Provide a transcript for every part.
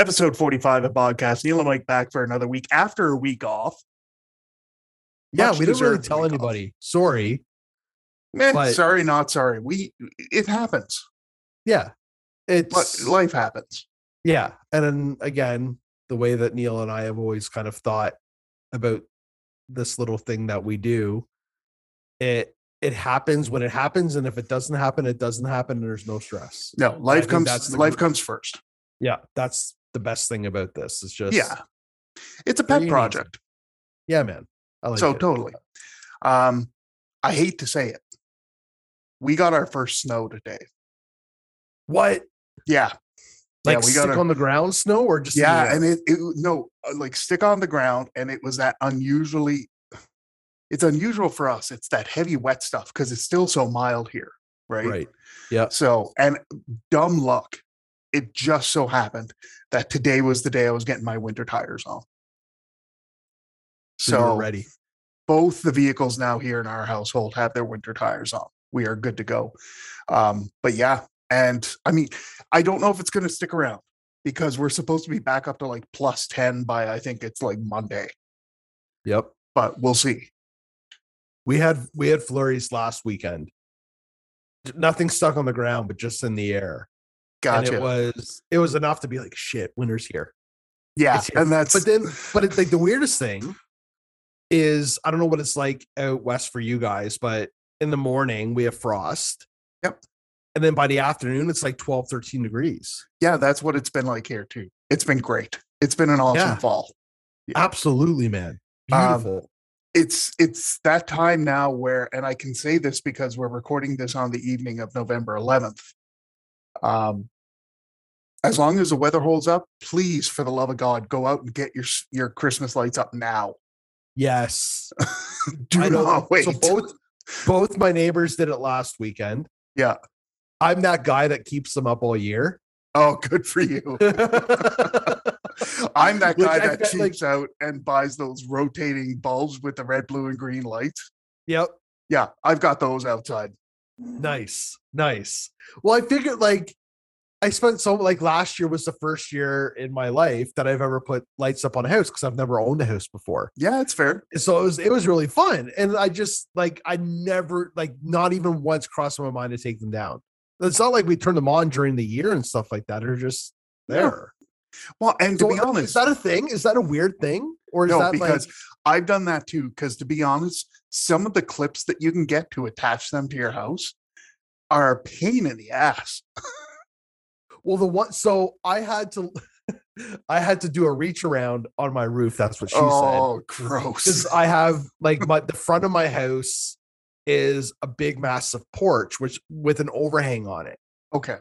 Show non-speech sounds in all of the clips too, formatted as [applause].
Episode 45 of Podcast. Neil and Mike back for another week after a week off. Yeah, Much we didn't really deserved tell week off. anybody. Sorry. Meh, but- sorry, not sorry. We it happens. Yeah. But It's life happens. yeah. And then again, the way that Neil and I have always kind of thought about this little thing that we do, it it happens when it happens. And if it doesn't happen, it doesn't happen. And there's no stress. No, I life think that's comes the life gr- comes first. Yeah. That's the best thing about this. It's just Yeah. It's a Free pet and project. yeah, man. I like so it. totally. Um, I hate to say it. We got our first snow today. what? Yeah, Yeah, Like we stick gotta- on the ground snow or just in the yeah, air? and it, it no uh, like stick on the ground, and it was that unusually. It's unusual for us. It's that heavy wet stuff because it's still so mild here, right? right. Yeah. So and dumb luck, it just so happened that today was the day I was getting my winter tires on. So you're So ready. both the vehicles now here in our household have their winter tires on. We are good to go. Um, but yeah, and I mean, I don't know if it's going to stick around because we're supposed to be back up to like plus 10 by I think it's like Monday, Yep. but we'll see. We had we had flurries last weekend. D- Nothing stuck on the ground, but just in the air. And it Gotcha. was it was enough to be like, shit, winter's here. yeah. it's here. And that's, But then but it's like the weirdest thing is I don't know what it's like out west for you guys, but in the morning we have frost. Yep. And then by the afternoon it's like 12, 13 degrees. yeah, that's what it's been like here too. It's been great. It's been an awesome Yeah. fall. Yeah. Absolutely, man. Um, Beautiful. It's, it's that time now where, and I can say this because we're recording this on the evening of November 11th. um, as long as the weather holds up, please, for the love of God, go out and get your s- your Christmas lights up now. yes. Do I know. not wait. So both both my neighbors did it last weekend. Yeah. I'm that guy that keeps them up [laughs] all year. [laughs] oh, good for [laughs] you. I'm that Which guy I that felt like- cheats out and buys those rotating bulbs with the red, blue, and green lights. yep. Yeah, I've got those outside. Nice. Nice. Well, I figured like I spent so like last year was the first year in my life that I've ever put lights up on a house because I've never owned a house before. Yeah, it's fair. And so it was it was really fun. And I just like I never like not even once crossed my mind to take them down. It's not like we turned them on during the year and stuff like that. They're just Yeah. there. Well, and to So, be I mean, honest, is that a thing? Is that a weird thing? Or is No, that because like I've done that too. Because to be honest, some of the clips that you can get to attach them to your house are a pain in the ass. well the one so I had to [laughs] I had to do a reach around on my roof. That's what she said. oh, gross. because I have like my the front of my house is a big massive porch which with an overhang on it. [laughs] Okay.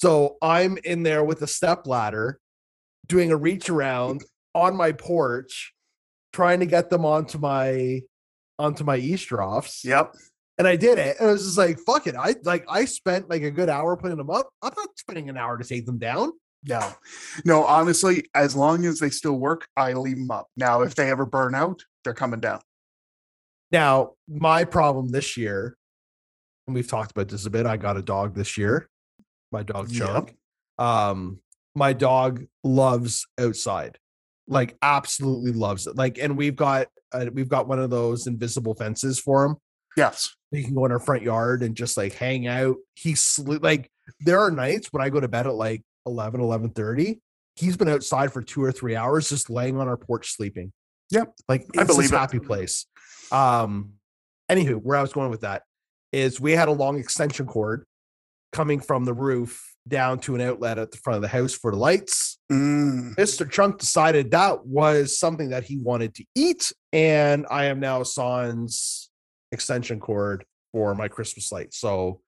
So I'm in there with a step ladder doing a reach around on my porch trying to get them onto my onto my eavesdrops. Yep. And I did it. And I was just like, fuck it. I like I spent like a good hour putting them up. I'm not spending an hour to take them down. No. No, honestly, as long as they still work, I leave them up. Now, if they ever burn out, they're coming down. Now, my problem this year, and we've talked about this a bit, I got a dog this year. My dog Yep. Chunk. Um, my dog loves outside. Like absolutely loves it. Like, and we've got uh, we've got one of those invisible fences for him. Yes. He can go in our front yard and just like hang out. He sleep like there are nights when I go to bed at like 11, 11 He's been outside for two or three hours just laying on our porch sleeping. Yep. Like I it's this believe it. happy place. Um, anywho, where I was going with that is we had a long extension cord coming from the roof down to an outlet at the front of the house for the lights. Mm, Mr. Trunk decided that was something that he wanted to eat, and I am now sans extension cord for my Christmas light. So,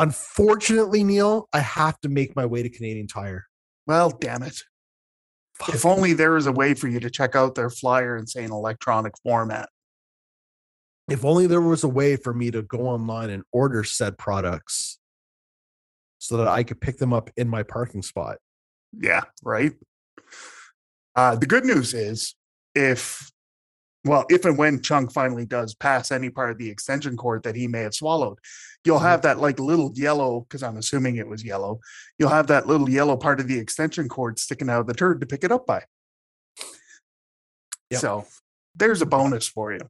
unfortunately, Neil, I have to make my way to Canadian Tire. Well, damn it. If only there was a way for you to check out their flyer and say in electronic format. If only there was a way for me to go online and order said products so that I could pick them up in my parking spot. Yeah, right. Uh, the good news is if well, if and when Chung finally does pass any part of the extension cord that he may have swallowed, you'll have that like little yellow, because I'm assuming it was yellow, you'll have that little yellow part of the extension cord sticking out of the turd to pick it up by. Yep. So there's a bonus for you.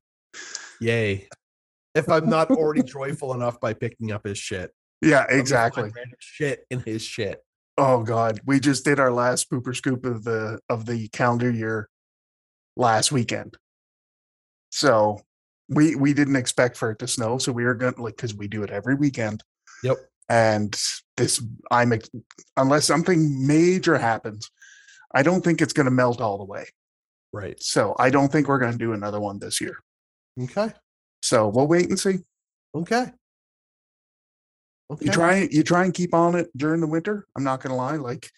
Yay. If I'm not already joyful enough by picking up his shit. Yeah, I'm gonna find exactly. random Shit in his shit. Oh God, we just did our last pooper scoop of the of the calendar year last weekend. So we we didn't expect for it to snow, so we were going to like because we do it every weekend. Yep. And this, I'm ex- unless something major happens, I don't think it's going to melt all the way. Right. So I don't think we're going to do another one this year. Okay. So we'll wait and see. Okay. Okay. You try you try and keep on it during the winter. I'm not gonna lie. Like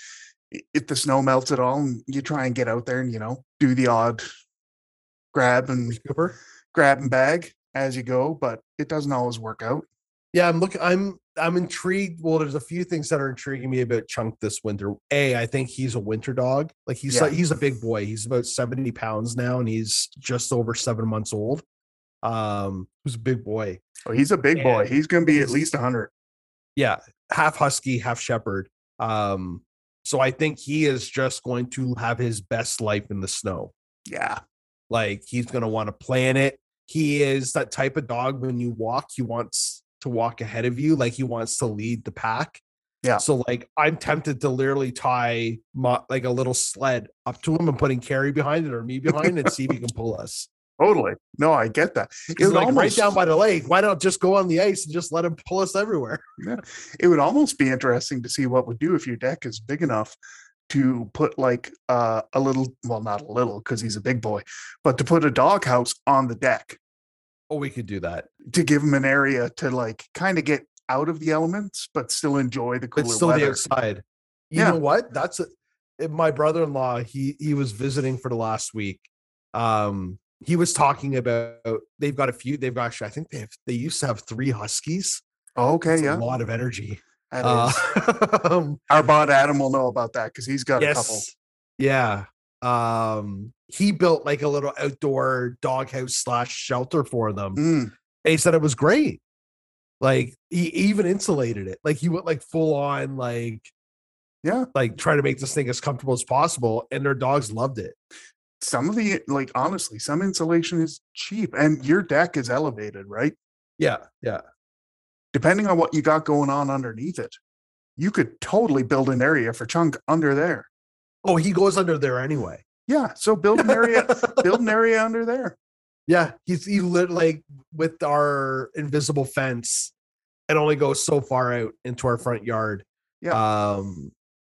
i- if the snow melts at all, and you try and get out there and you know do the odd grab and Cooper. grab and bag as you go, but it doesn't always work out. Yeah, I'm looking. I'm I'm intrigued. Well, there's a few things that are intriguing me about Chunk this winter. A, I think he's a winter dog. Like he's Yeah. like, he's a big boy. He's about 70 pounds now, and he's just over seven months old. Um, who's a big boy. Oh, he's a big boy. And He's gonna be at he's- least hundred. yeah, half husky, half shepherd. Um, so I think he is just going to have his best life in the snow. Yeah, Like he's going to want to plan it. He is that type of dog when you walk, he wants to walk ahead of you, like he wants to lead the pack. Yeah. So like I'm tempted to literally tie my, like a little sled up to him and putting Carrie behind it or me behind it and see if he can pull us. totally. No, I get that. [laughs] It Because would like right almost down by the lake, why not just go on the ice and just let him pull us everywhere? it would almost be interesting to see what would do if your deck is big enough to put like uh, a little well not a little because he's a big boy but to put a dog house on the deck Oh, we could do that. to give him an area to like kind of get out of the elements, but still enjoy the cooler it's still the weather. outside. You Yeah. know what? That's a, eh, my brother-in-law. He he was visiting for the last week. Um, he was talking about they've got a few. They've got actually, I think they have, they used to have three huskies. Oh, That's okay, yeah. a lot of energy. that Uh, um, is. [laughs] Our bot Adam will know about that because he's got a couple. yes, yeah. Um, he built like a little outdoor doghouse slash shelter for them. Mm, And he said it was great. Like he even insulated it. Like he went like full on like yeah, like try to make this thing as comfortable as possible and their dogs loved it some of the like honestly, some insulation is cheap, and your deck is elevated, right? yeah yeah Depending on what you got going on underneath it, you could totally build an area for Chunk under there. oh he goes under there anyway Yeah, so build an area, build an area under there. yeah he's he lit like with our invisible fence it only goes so far out into our front yard yeah um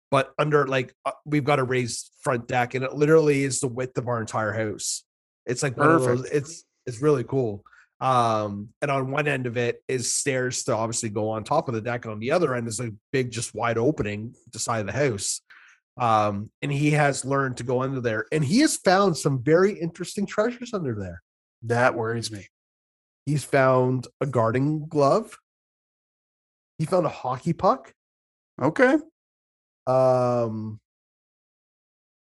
but under like uh, we've got a raised front deck and it literally is the width of our entire house it's like one of those, Perfect. it's it's really cool um and on one end of it is stairs to obviously go on top of the deck and on the other end is a big just wide opening to side of the house um and he has learned to go under there and he has found some very interesting treasures under there That worries me. he's found a guarding glove he found a hockey puck Okay, um,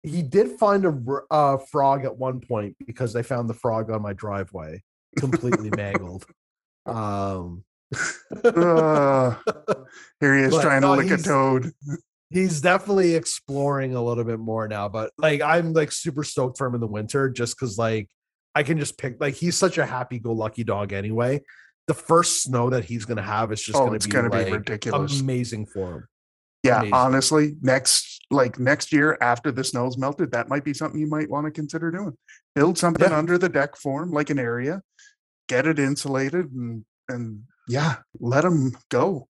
he did find a r- uh, frog at one point because they found the frog on my driveway, completely [laughs] mangled. Um, [laughs] uh, here he is But trying to no, lick a he's- toad. he's definitely exploring a little bit more now, but like I'm like super stoked for him in the winter just because like I can just pick like he's such a happy-go-lucky dog anyway. The first snow that he's gonna have is just Oh, gonna it's be gonna be like, ridiculous. amazing for him. Yeah, Amazing. honestly, next like next year after the snow's melted, that might be something you might want to consider doing. Build something Yeah. under the deck form, like an area, get it insulated, and and yeah, let them go.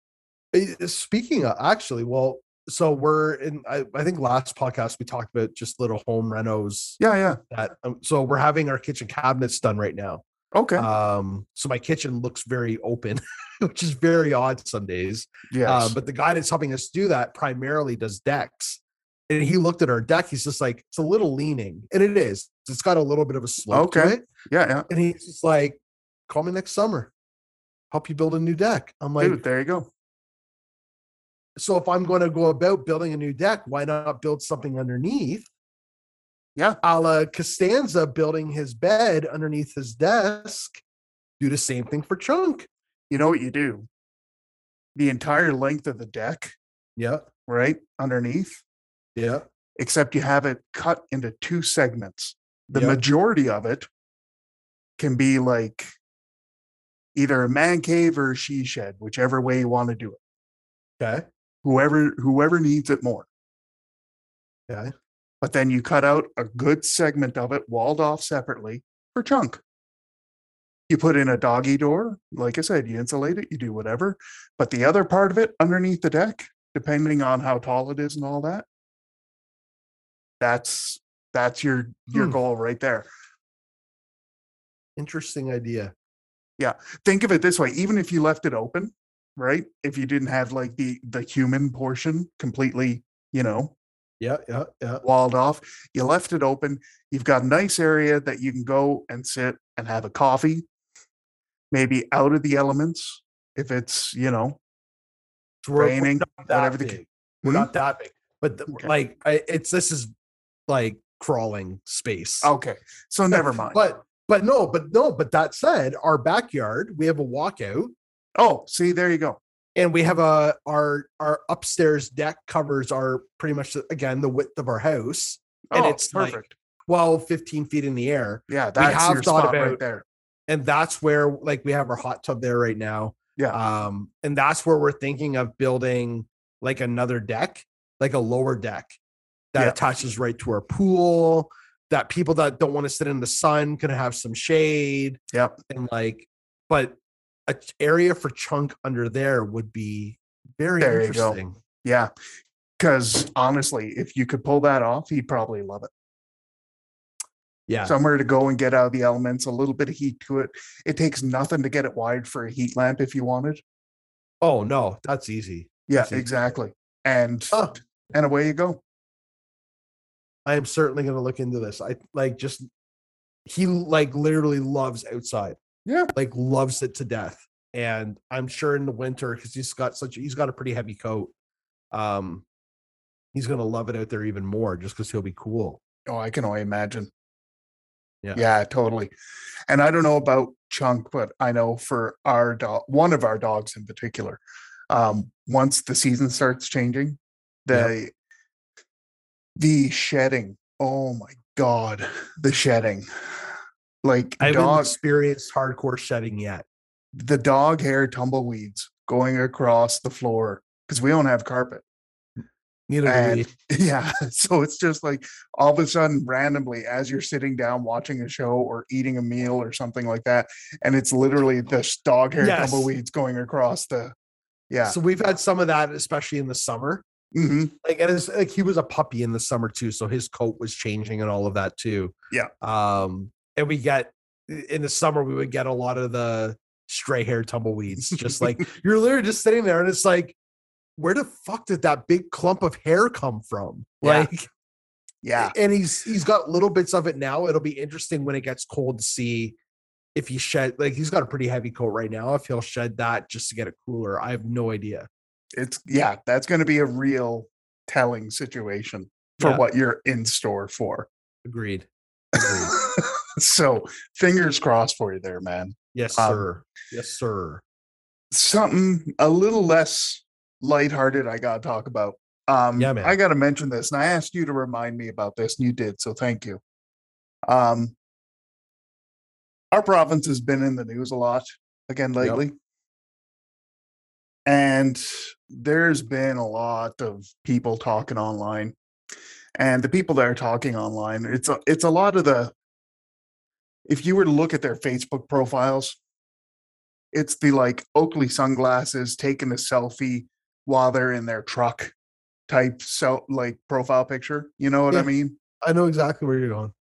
Eh, Speaking of actually, well, so we're in. I, I think last podcast we talked about just little home renos. Yeah, yeah, That um, so we're having our kitchen cabinets done right now. okay, Um, so my kitchen looks very open, [laughs] which is very odd some days. Uh, yes, but the guy that's helping us do that primarily does decks. And he looked at our deck. He's just like, it's a little leaning, and it is. It's got a little bit of a slope Okay. to it. yeah, yeah. And he's just like, "Call me next summer, help you build a new deck." I'm like, Dude, there you go. so if I'm going to go about building a new deck, why not build something underneath Yeah. a la Costanza building his bed underneath his desk, do the same thing for Chunk. You know what you do? The entire length of the deck, Yeah. right underneath, Yeah. except you have it cut into two segments. The Yep. majority of it can be like either a man cave or a she shed, whichever way you want to do it. Okay. Whoever whoever needs it more. Okay. But then you cut out a good segment of it, walled off separately for chunk. You put in a doggy door, like I said, you insulate it, you do whatever. But the other part of it underneath the deck, depending on how tall it is and all that, that's that's your your Hmm. goal right there. Interesting idea. Think of it this way: even if you left it open, right? If you didn't have like the the human portion completely, you know, Yeah. Yeah. Yeah. walled off. You left it open. You've got a nice area that you can go and sit and have a coffee, maybe out of the elements if it's, you know, So we're- we're Training, not that whatever the big. ca- We're Hmm? not that big, but the- Okay. like I, it's this is like crawling space. okay. [laughs] So never mind. But but no, but no, but that said, our backyard we have a walkout, oh, see, there you go. and we have a our our upstairs deck covers are pretty much the- again the width of our house, and oh, it's perfect. Like 12, 15 feet in the air, yeah, that's have your thought spot right about- there. and that's where like we have our hot tub there right now. Yeah. um, and that's where we're thinking of building like another deck, like a lower deck that Yeah. attaches right to our pool. That people that don't want to sit in the sun can have some shade. Yep. and like but a ch- area for chunk under there would be very There you go. interesting Yeah. Because honestly, if you could pull that off, he'd probably love it. yeah Somewhere to go and get out of the elements, a little bit of heat to it. It takes nothing to get it wired for a heat lamp if you wanted. oh no that's easy Yeah, That's easy. exactly. And Huh. and away you go. i am certainly going to look into this i like just he like literally loves outside Yeah. like loves it to death and i'm sure in the winter because he's got such he's got a pretty heavy coat um he's going to love it out there even more just because he'll be cool Oh, I can only imagine. Yeah. Yeah, totally. And I don't know about Chunk, but I know for our dog, one of our dogs in particular, um, once the season starts changing, Yep. the the shedding. Oh my god, the shedding. Like i haven't dogs, experienced hardcore shedding yet the dog hair tumbleweeds going across the floor because we don't have carpet. neither do we And- [laughs] Yeah. So it's just like all of a sudden, randomly, as you're sitting down watching a show or eating a meal or something like that, and it's literally this dog hair Yes. tumbleweeds going across the. Yeah. So we've had some of that, especially in the summer. hmm Like, and it's like he was a puppy in the summer too, so his coat was changing and all of that too. Yeah. Um, and we get in the summer we would get a lot of the stray hair tumbleweeds. Just [laughs] like you're literally just sitting there, and it's like, where the fuck did that big clump of hair come from? [laughs] Yeah. Like, Yeah. and he's he's got little bits of it now. It'll be interesting when it gets cold to see if he shed. Like, he's got a pretty heavy coat right now. If he'll shed that just to get it cooler, I have no idea. It's, yeah, that's going to be a real telling situation for Yeah. what you're in store for. Agreed. [laughs] so fingers crossed for you there, man. Yes, Um, sir. Yes, sir. something a little less lighthearted I gotta talk about. Um Yeah, man. I gotta mention this, and I asked you to remind me about this, and you did, so thank you. Um our province has been in the news a lot again Yep. lately. And there's been a lot of people talking online. And the people that are talking online, it's a, it's a lot of the if you were to look at their Facebook profiles, it's the like Oakley sunglasses taking a selfie while they're in their truck type so like profile picture. You know what I Yeah. mean? I know exactly where you're going.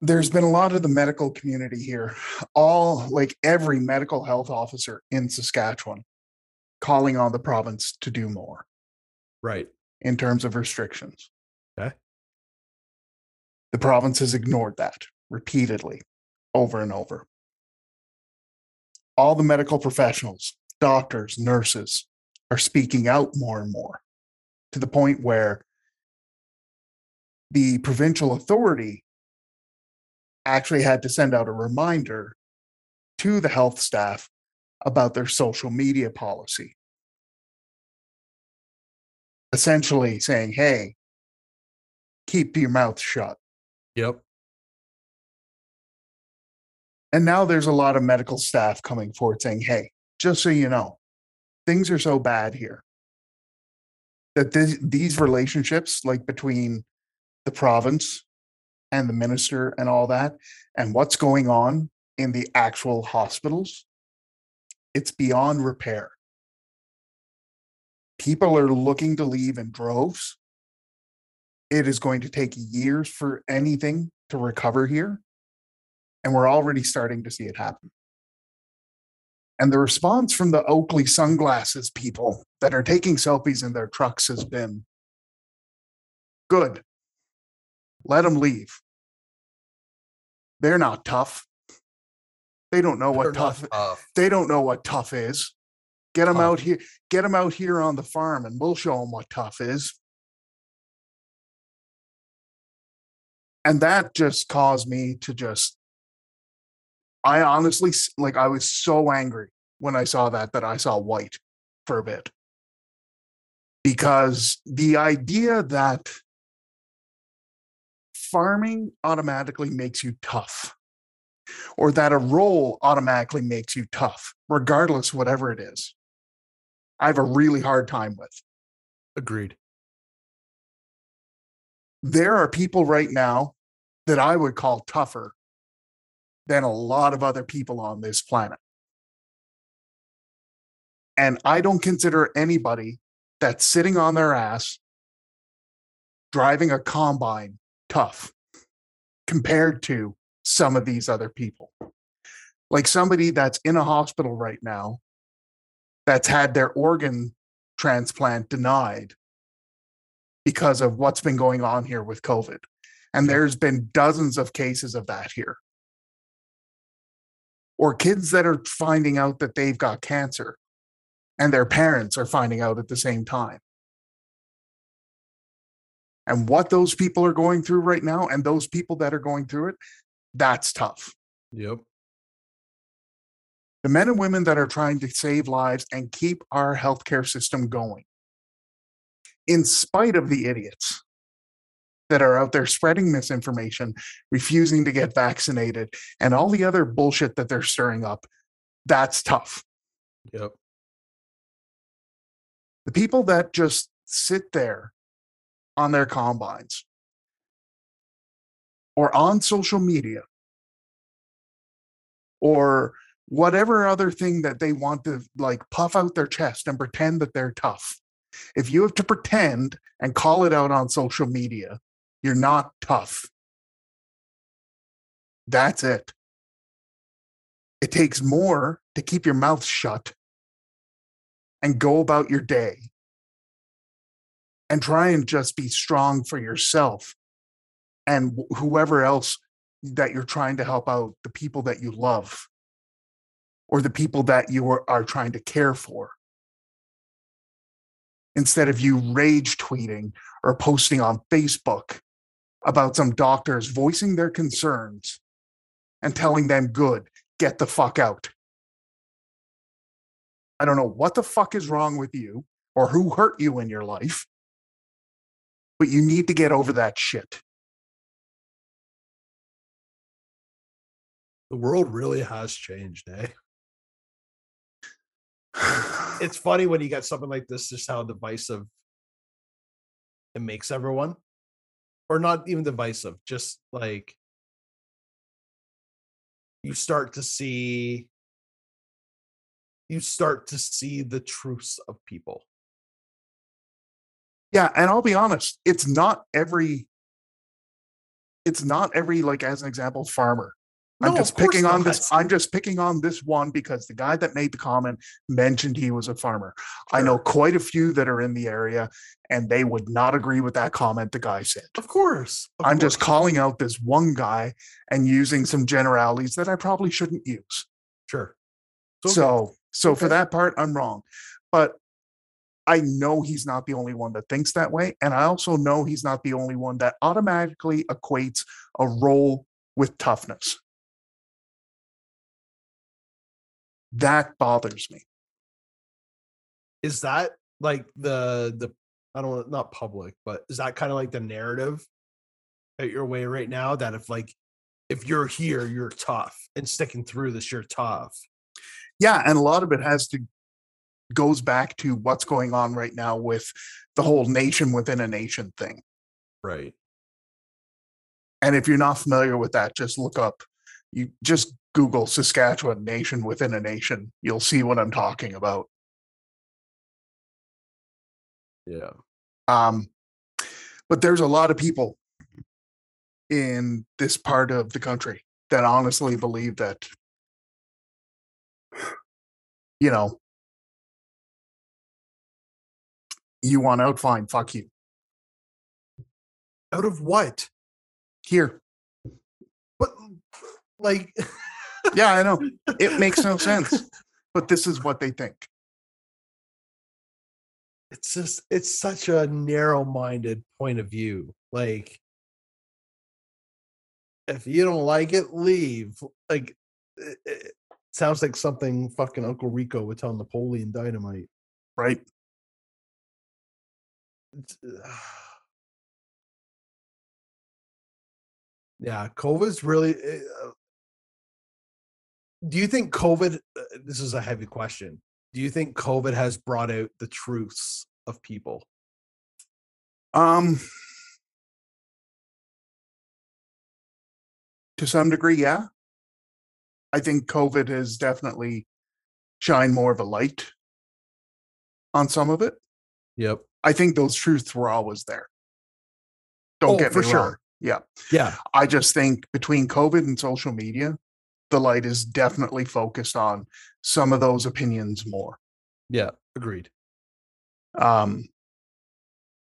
There's been a lot of the medical community here, all like every medical health officer in Saskatchewan calling on the province to do more Right. in terms of restrictions. Okay. The province has ignored that repeatedly over and over. All the medical professionals, doctors, nurses are speaking out more and more to the point where the provincial authority actually had to send out a reminder to the health staff about their social media policy. Essentially saying, hey, keep your mouth shut. Yep. And now there's a lot of medical staff coming forward saying, hey, just so you know, things are so bad here that this, these relationships, like between the province and the minister and all that, and what's going on in the actual hospitals, it's beyond repair. People are looking to leave in droves. It is going to take years for anything to recover here. And we're already starting to see it happen. And the response from the Oakley sunglasses people that are taking selfies in their trucks has been good. Let them leave. They're not tough. They don't know They're what not tough they don't know what tough is. Get them Tough. out here. Get them out here on the farm, and we'll show them what tough is. And that just caused me to just. I honestly s- like. I was so angry when I saw that that I saw white for a bit. Because the idea that farming automatically makes you tough or that a role automatically makes you tough, regardless whatever it is. I have a really hard time with. Agreed. There are people right now that I would call tougher than a lot of other people on this planet. And I don't consider anybody that's sitting on their ass driving a combine tough compared to some of these other people. Like somebody that's in a hospital right now that's had their organ transplant denied because of what's been going on here with COVID. And Yeah. there's been dozens of cases of that here. Or kids that are finding out that they've got cancer and their parents are finding out at the same time. And what those people are going through right now and those people that are going through it, that's tough. Yep. The men and women that are trying to save lives and keep our healthcare system going, in spite of the idiots that are out there spreading misinformation, refusing to get vaccinated, and all the other bullshit that they're stirring up, that's tough. Yep. The people that just sit there on their combines or on social media or whatever other thing that they want to like puff out their chest and pretend that they're tough. If you have to pretend and call it out on social media, you're not tough. That's it. It takes more to keep your mouth shut and go about your day and try and just be strong for yourself and wh- whoever else that you're trying to help out, the people that you love or the people that you are, are trying to care for. Instead of you rage tweeting or posting on Facebook about some doctors voicing their concerns and telling them, good, get the fuck out. I don't know what the fuck is wrong with you or who hurt you in your life, but you need to get over that shit. The world really has changed, eh? [laughs] It's It's funny when you get something like this, just how divisive it makes everyone. Or not even divisive, just like you start to see you start to see the truths of people. yeah, and I'll be honest, it's not every it's not every like as an example farmer. No, I'm of just course picking on this not. I'm just picking on this one because the guy that made the comment mentioned he was a farmer. I know Sure. quite a few that are in the area and they would not agree with that comment the guy said. Of course. of I'm just course. calling out this one guy and using some generalities that I probably shouldn't use. sure. It's okay. So, so for Okay. that part, I'm wrong. But I know he's not the only one that thinks that way. And I also know he's not the only one that automatically equates a role with toughness. That bothers me. Is that like the the I don't not public, but is that kind of like the narrative at your way right now that if like if you're here, you're tough and sticking through this, you're tough. Yeah. And a lot of it has to goes back to what's going on right now with the whole nation within a nation thing. Right. And if you're not familiar with that, just look up, you just Google Saskatchewan nation within a nation. You'll see what I'm talking about. Yeah. Um, but there's a lot of people in this part of the country that honestly believe that, you know, you want out, fine, fuck you. Out of what? Here. But like Yeah, I know. It makes no sense. But this is what they think. It's just it's such a narrow-minded point of view. Like if you don't like it, leave. Like it, it sounds like something fucking Uncle Rico would tell Napoleon Dynamite. [sighs] Right. yeah covid's really uh, do you think covid uh, this is a heavy question do you think covid has brought out the truths of people Um to some degree, yeah. I think COVID has definitely shined more of a light on some of it. yep I think those truths were always there. Don't Oh, get for me wrong. sure. Yeah. yeah I just think between COVID and social media, the light is definitely focused on some of those opinions more. yeah agreed um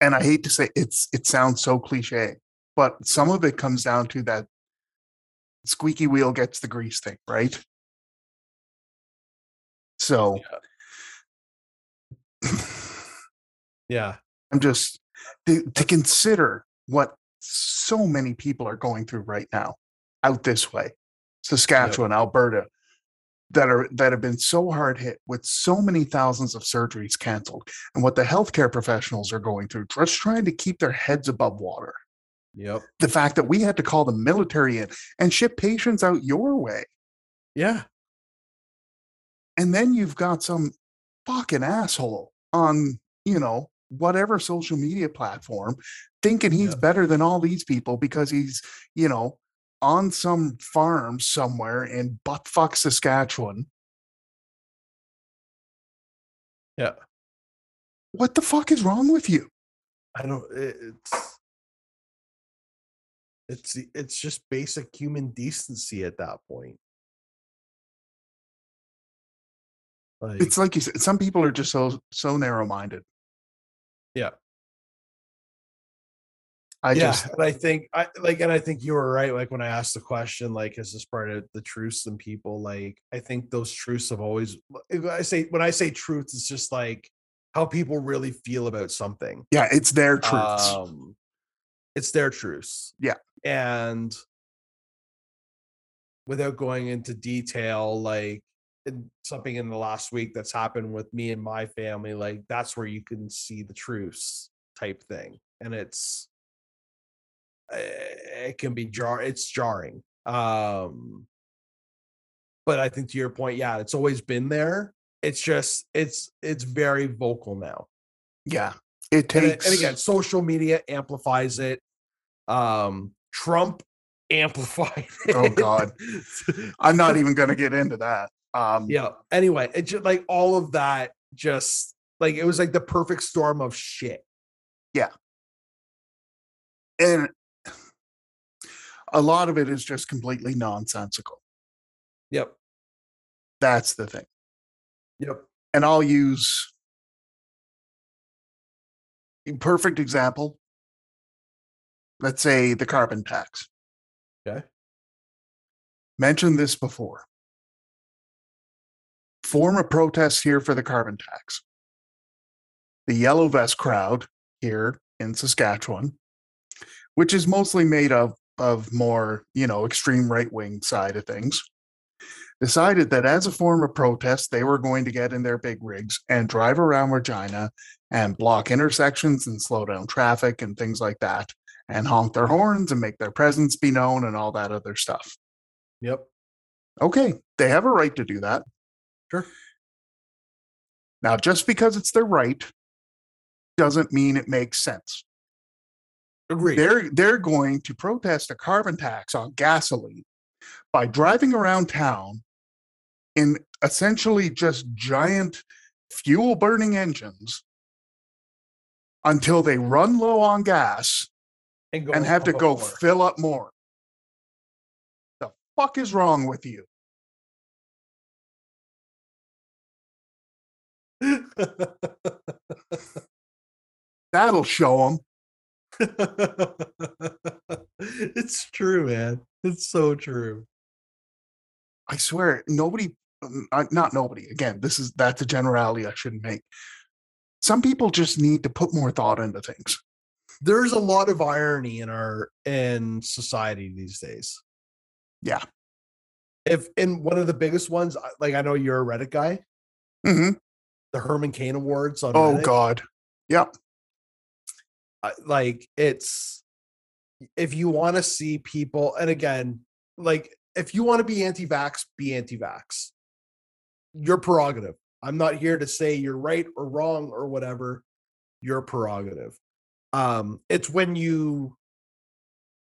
and i hate to say it's it sounds so cliche but some of it comes down to that squeaky wheel gets the grease thing right so [laughs] yeah i'm just to, to consider what so many people are going through right now out this way saskatchewan alberta that are that have been so hard hit with so many thousands of surgeries canceled and what the healthcare professionals are going through just trying to keep their heads above water yep the fact that we had to call the military in and ship patients out your way yeah and then you've got some fucking asshole on you know whatever social media platform thinking he's Yeah. better than all these people because he's you know on some farm somewhere in buttfuck saskatchewan Yeah. what the fuck is wrong with you i don't it, it's it's it's just basic human decency at that point like it's like you said some people are just so so narrow-minded Yeah. i yeah, just and I think I like, and I think you were right. Like when I asked the question, like, is this part of the truths and people? Like, I think those truths have always. if I say when I say truth, it's just like how people really feel about something. yeah it's their truths Um, it's their truths. Yeah. and without going into detail, like in- something in the last week that's happened with me and my family, like that's where you can see the truths type thing, and it's eh, it can be jar it's jarring um but i think to your point yeah it's always been there it's just it's it's very vocal now yeah it and, takes it- and again social media amplifies it um trump amplified [laughs] it. Oh, God. i'm not even going to get into that um yeah anyway it just like all of that just like it was like the perfect storm of shit and a lot of it is just completely nonsensical yep that's the thing yep and I'll use a perfect example. Let's say the carbon tax. Okay. Mentioned this before. Form a protest here for the carbon tax. the Yellow Vest crowd here in Saskatchewan, which is mostly made of of more, you know, extreme right wing side of things, decided that as a form of protest, they were going to get in their big rigs and drive around Regina and block intersections and slow down traffic and things like that, and honk their horns and make their presence be known and all that other stuff. Yep. Okay, they have a right to do that. Sure. Now, just because it's their right doesn't mean it makes sense. Agreed. They're they're going to protest a carbon tax on gasoline by driving around town in essentially just giant fuel burning engines until they run low on gas go and have to up go more. fill up more. The fuck is wrong with you? That'll show them. [laughs] it's true, man. It's so true. I swear, nobody, n- uh, not nobody, again, this is, that's a generality I shouldn't make. Some people just need to put more thought into things. There's a lot of irony in our in society these days. Yeah. If and one of the biggest ones, I- like I know you're a Reddit guy, hmm the Herman Cain Awards on Oh, Reddit, God. I- like it's if you want to see people, and again, like if you want to be anti-vax, be anti-vax. Your prerogative. I'm not here to say you're right or wrong or whatever. Your prerogative. Um, it's when you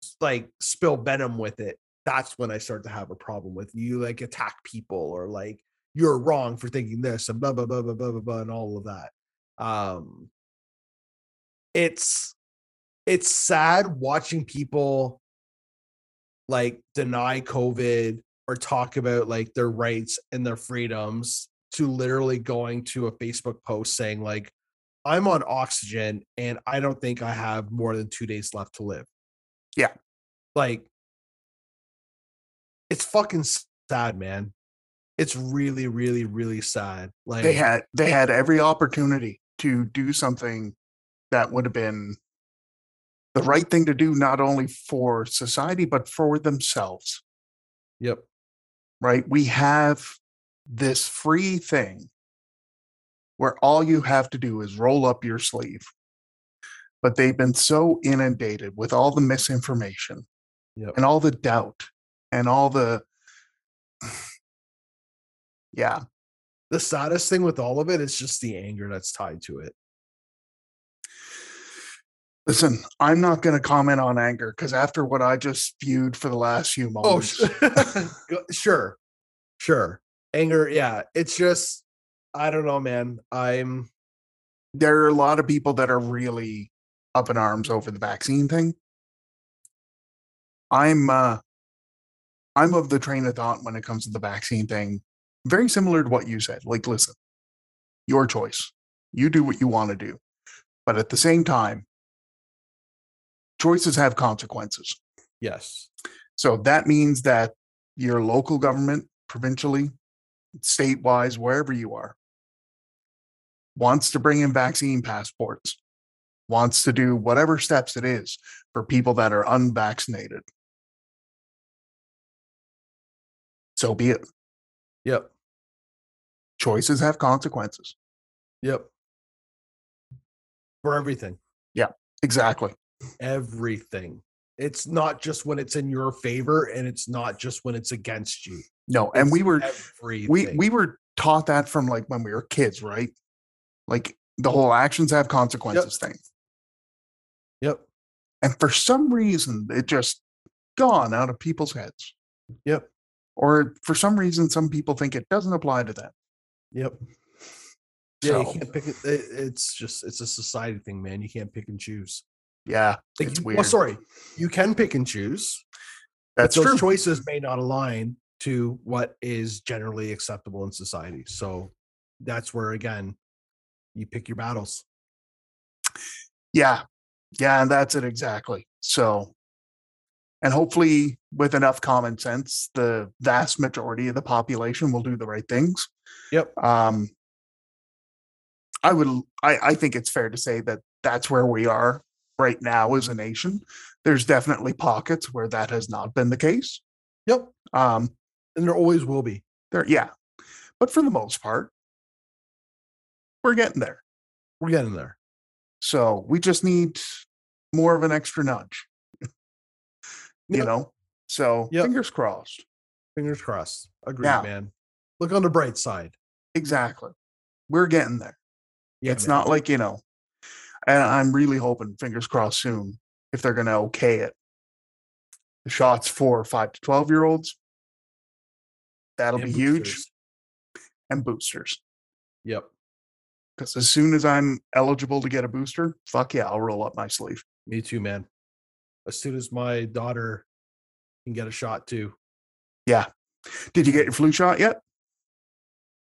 s- like spill venom with it. That's when I start to have a problem with you. Like attack people or like you're wrong for thinking this and blah blah blah blah blah blah, blah and all of that. Um, it's it's sad watching people like deny COVID or talk about like their rights and their freedoms to literally going to a Facebook post saying like I'm on oxygen and I don't think I have more than 2 days left to live. Yeah. Like it's fucking s- sad, man. It's really really really sad. Like They had, they had every opportunity to do something that would have been the right thing to do, not only for society, but for themselves. yep. right? We have this free thing where all you have to do is roll up your sleeve. But they've been so inundated with all the misinformation Yep. and all the doubt and all the. [sighs] Yeah, the saddest thing with all of it is just the anger that's tied to it. listen, I'm not going to comment on anger because after what I just spewed for the last few Oh, moments, [laughs] [laughs] sure, sure. Anger, yeah. It's just, I don't know, man. I'm there are a lot of people that are really up in arms over the vaccine thing. I'm uh I'm of the train of thought when it comes to the vaccine thing, very similar to what you said. Like, listen, your choice. You do what you want to do. But at the same time, choices have consequences. yes, So that means that your local government, provincially, state wise, wherever you are, wants to bring in vaccine passports, wants to do whatever steps it is for people that are unvaccinated. So be it. yep, Choices have consequences. yep. For everything, Exactly. everything. It's not just when it's in your favor, and it's not just when it's against you. No, and we were everything. we we were taught that from like when we were kids, right? Like the whole actions have consequences thing. yep, And for some reason, it just gone out of people's heads. Yep. Or for some reason, some people think it doesn't apply to them. yep. Yeah, you So- can't pick it. it- It's just it's a society thing, man. You can't pick and choose. Yeah, Like, It's you- weird. Well, sorry, you can pick and choose. but that's those true. choices may not align to what is generally acceptable in society. So that's where again you pick your battles. yeah, yeah, and that's it exactly. So, and hopefully, with enough common sense, the vast majority of the population will do the right things. Yep. Um, I would I, I think it's fair to say that that's where we are right now as a nation. There's definitely pockets where that has not been the case. Yep. Um, And there always will be. there, yeah, but for the most part, we're getting there. We're getting there. So we just need more of an extra nudge. you Yep. know? So Yep. fingers crossed. Fingers crossed. Agreed, Now- man. Look on the bright side. Exactly. We're getting there. Yeah, it's man. not like, you know, and I'm really hoping fingers crossed soon if they're going to okay it. The shots for 5 to 12 year olds. That'll And be huge boosters. and boosters. Yep. Because as soon as I'm eligible to get a booster, fuck yeah, I'll roll up my sleeve. Me too, man. As soon as my daughter can get a shot too. Did you get your flu shot yet?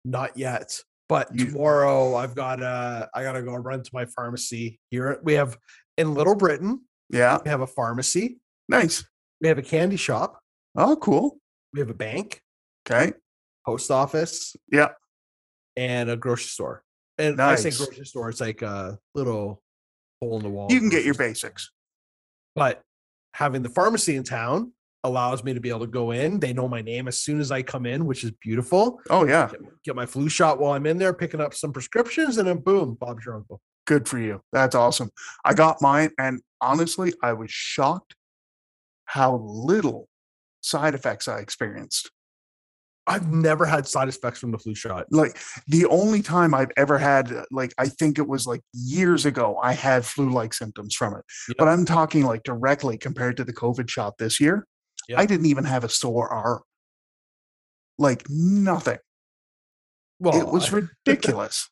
Not yet. But You- tomorrow I've got uh I gotta go run to my pharmacy here. We have in Little Britain, Yeah. we have a pharmacy, Nice. we have a candy shop, Oh, cool. we have a bank, Okay. post office, Yeah. and a grocery store. And I say Nice. grocery store, it's like a little hole in the wall. You can get your grocery store. basics. But having the pharmacy in town allows me to be able to go in. They know my name as soon as I come in, which is beautiful. Oh yeah, Get, get my flu shot while I'm in there, picking up some prescriptions, and then boom, Bob's your uncle. good for you. That's awesome. I got mine, and honestly, I was shocked how little side effects I experienced. I've never had side effects from the flu shot. Like the only time I've ever had, uh, like I think it was like years ago, I had flu-like symptoms from it. But Yeah. I'm talking like directly compared to the COVID shot this year. Yeah. I didn't even have a sore arm. Like nothing. Well, it [laughs] was ridiculous.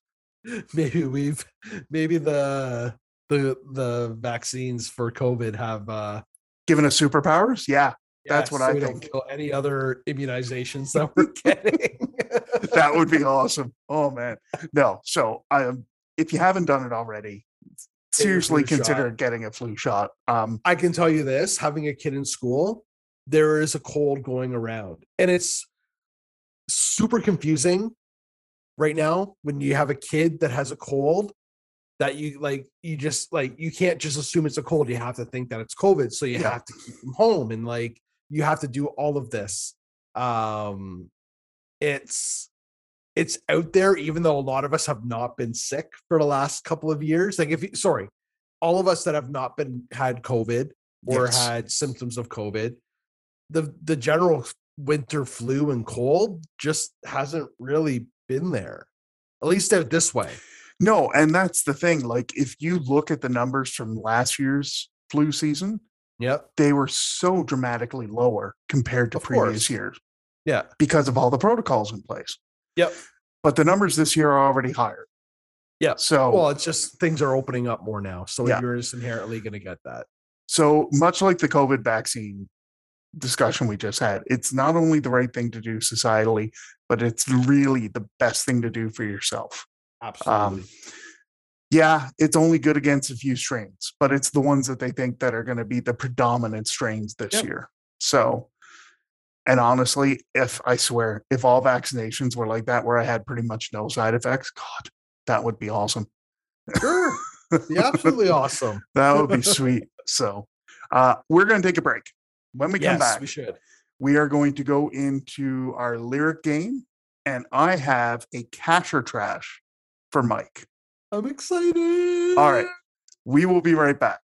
maybe we've maybe the the the vaccines for COVID have uh Given us superpowers, [laughs] yeah, That's what I we think. Don't feel any other immunizations that we're [laughs] [laughs] getting. that would be awesome. Oh man, no. So I, am- if you haven't done it already, seriously flu consider getting a flu shot. Um, I can tell you this having a kid in school, there is a cold going around. And it's super confusing right now when you have a kid that has a cold that you like, you just like, you can't just assume it's a cold. You have to think that it's COVID. So you Yeah. have to keep them home and like, you have to do all of this. Um, it's, it's out there, even though a lot of us have not been sick for the last couple of years. Like, if you, sorry, all of us that have not been had COVID or Yes. had symptoms of COVID, the the general f- winter flu and cold just hasn't really been there. At least out this way. no, and that's the thing. Like, if you look at the numbers from last year's flu season, Yep. they were so dramatically lower compared to Of previous course. years Yeah. because of all the protocols in place. Yep. But the numbers this year are already higher. Yeah. So Well, it's just things are opening up more now. So Oh. Yeah. you're just inherently gonna get that. So much like the COVID vaccine discussion we just had, it's not only the right thing to do societally, but it's really the best thing to do for yourself. Absolutely. Um. Yeah, it's only good against a few strains, but it's the ones that they think that are going to be the predominant strains this Yep. year. So, and honestly, if I swear, if all vaccinations were like that, where I had pretty much no side effects, God, that would be awesome. sure. Be [laughs] absolutely awesome. That would be [laughs] sweet. So, uh, we're going to take a break. When we come yes, back, we should. we are going to go into our lyric game, and I have a cash or trash for Mike. I'm excited. All right, we will be right back.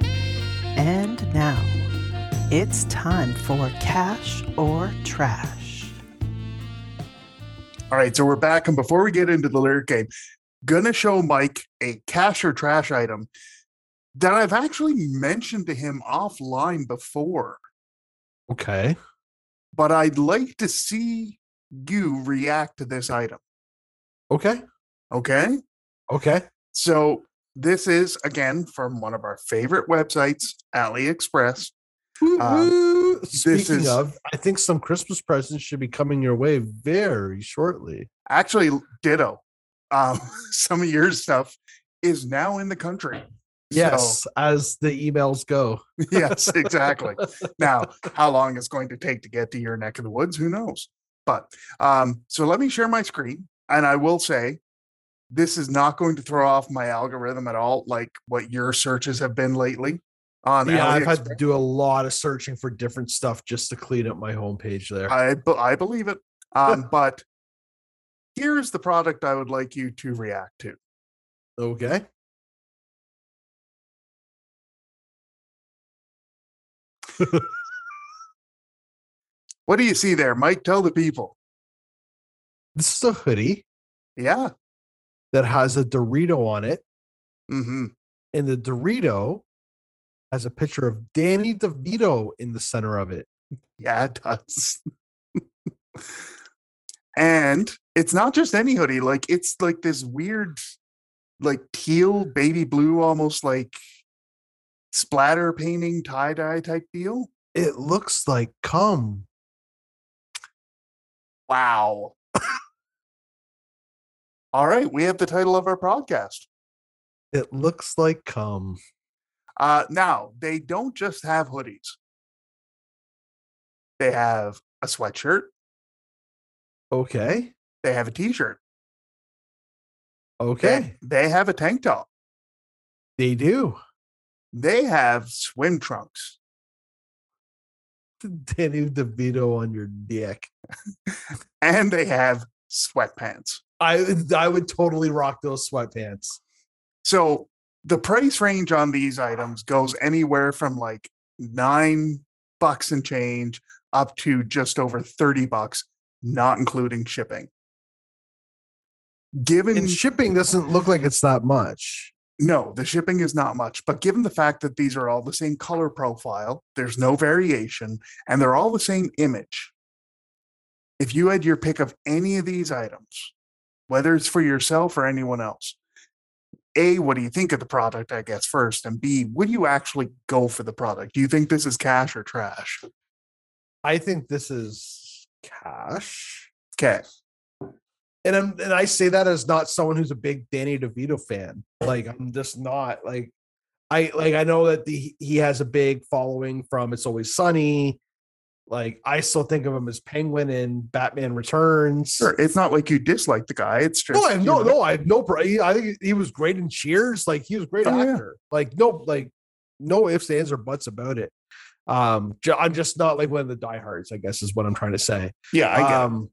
And now, it's time for Cash or Trash. All right, so we're back, and before we get into the lyric game, gonna show Mike a cash or trash item that I've actually mentioned to him offline before, Okay. but I'd like to see you react to this item. Okay. Okay. Okay. So this is again from one of our favorite websites, AliExpress. Woo, Um, woo. Speaking this is- of, I think some Christmas presents should be coming your way very shortly. Actually, ditto. Um, [laughs] some of your stuff is now in the country. Yes, as the emails go. So, [laughs] yes, [laughs] exactly. now, how long it's going to take to get to your neck of the woods, who knows? But um, so let me share my screen. And I will say, this is not going to throw off my algorithm at all, like what your searches have been lately on yeah, I've had [laughs] AliExpress. to do a lot of searching for different stuff just to clean up my homepage there. I, be- I believe it. [laughs] Um, but here's the product I would like you to react to. okay. What do you see there, Mike? Tell the people. This is a hoodie Yeah. that has a Dorito on it, hmm and the Dorito has a picture of Danny DeVito in the center of it. Yeah, it does. and it's not just any hoodie. Like it's like this weird, like teal, baby blue, almost like splatter painting tie dye type deal. It looks like cum. Wow. All right, we have the title of our podcast. It looks like cum. Uh, now they don't just have hoodies. They have a sweatshirt. Okay. They have a T-shirt. they- Okay. They have a tank top. They do. [laughs] They have swim trunks. Danny DeVito on your dick. and they have sweatpants. I I would totally rock those sweatpants. So the price range on these items goes anywhere from like nine bucks and change up to just over 30 bucks, not including shipping. Given And Mm. shipping doesn't look like it's that much. no, the shipping is not much, but given the fact that these are all the same color profile, there's no variation, and they're all the same image. If you had your pick of any of these items, whether it's for yourself or anyone else, A, what do you think of the product, I guess, first? And B, would you actually go for the product? Do you think this is cash or trash? I think this is cash. Okay. And I'm and I say that as not someone who's a big Danny DeVito fan. Like I'm just not like I like I know that the he has a big following from It's Always Sunny. Like I still think of him as Penguin in Batman Returns. Sure. It's not like you dislike the guy. It's just No, I have you no, know, no, I have no. pro- he- I think he was great in Cheers. Like he was a great Oh, yeah. actor. Like no, like no ifs, ands, or buts about it. Um, ju- I'm just not like one of the diehards. I guess is what I'm trying to say. Yeah, I get it. um,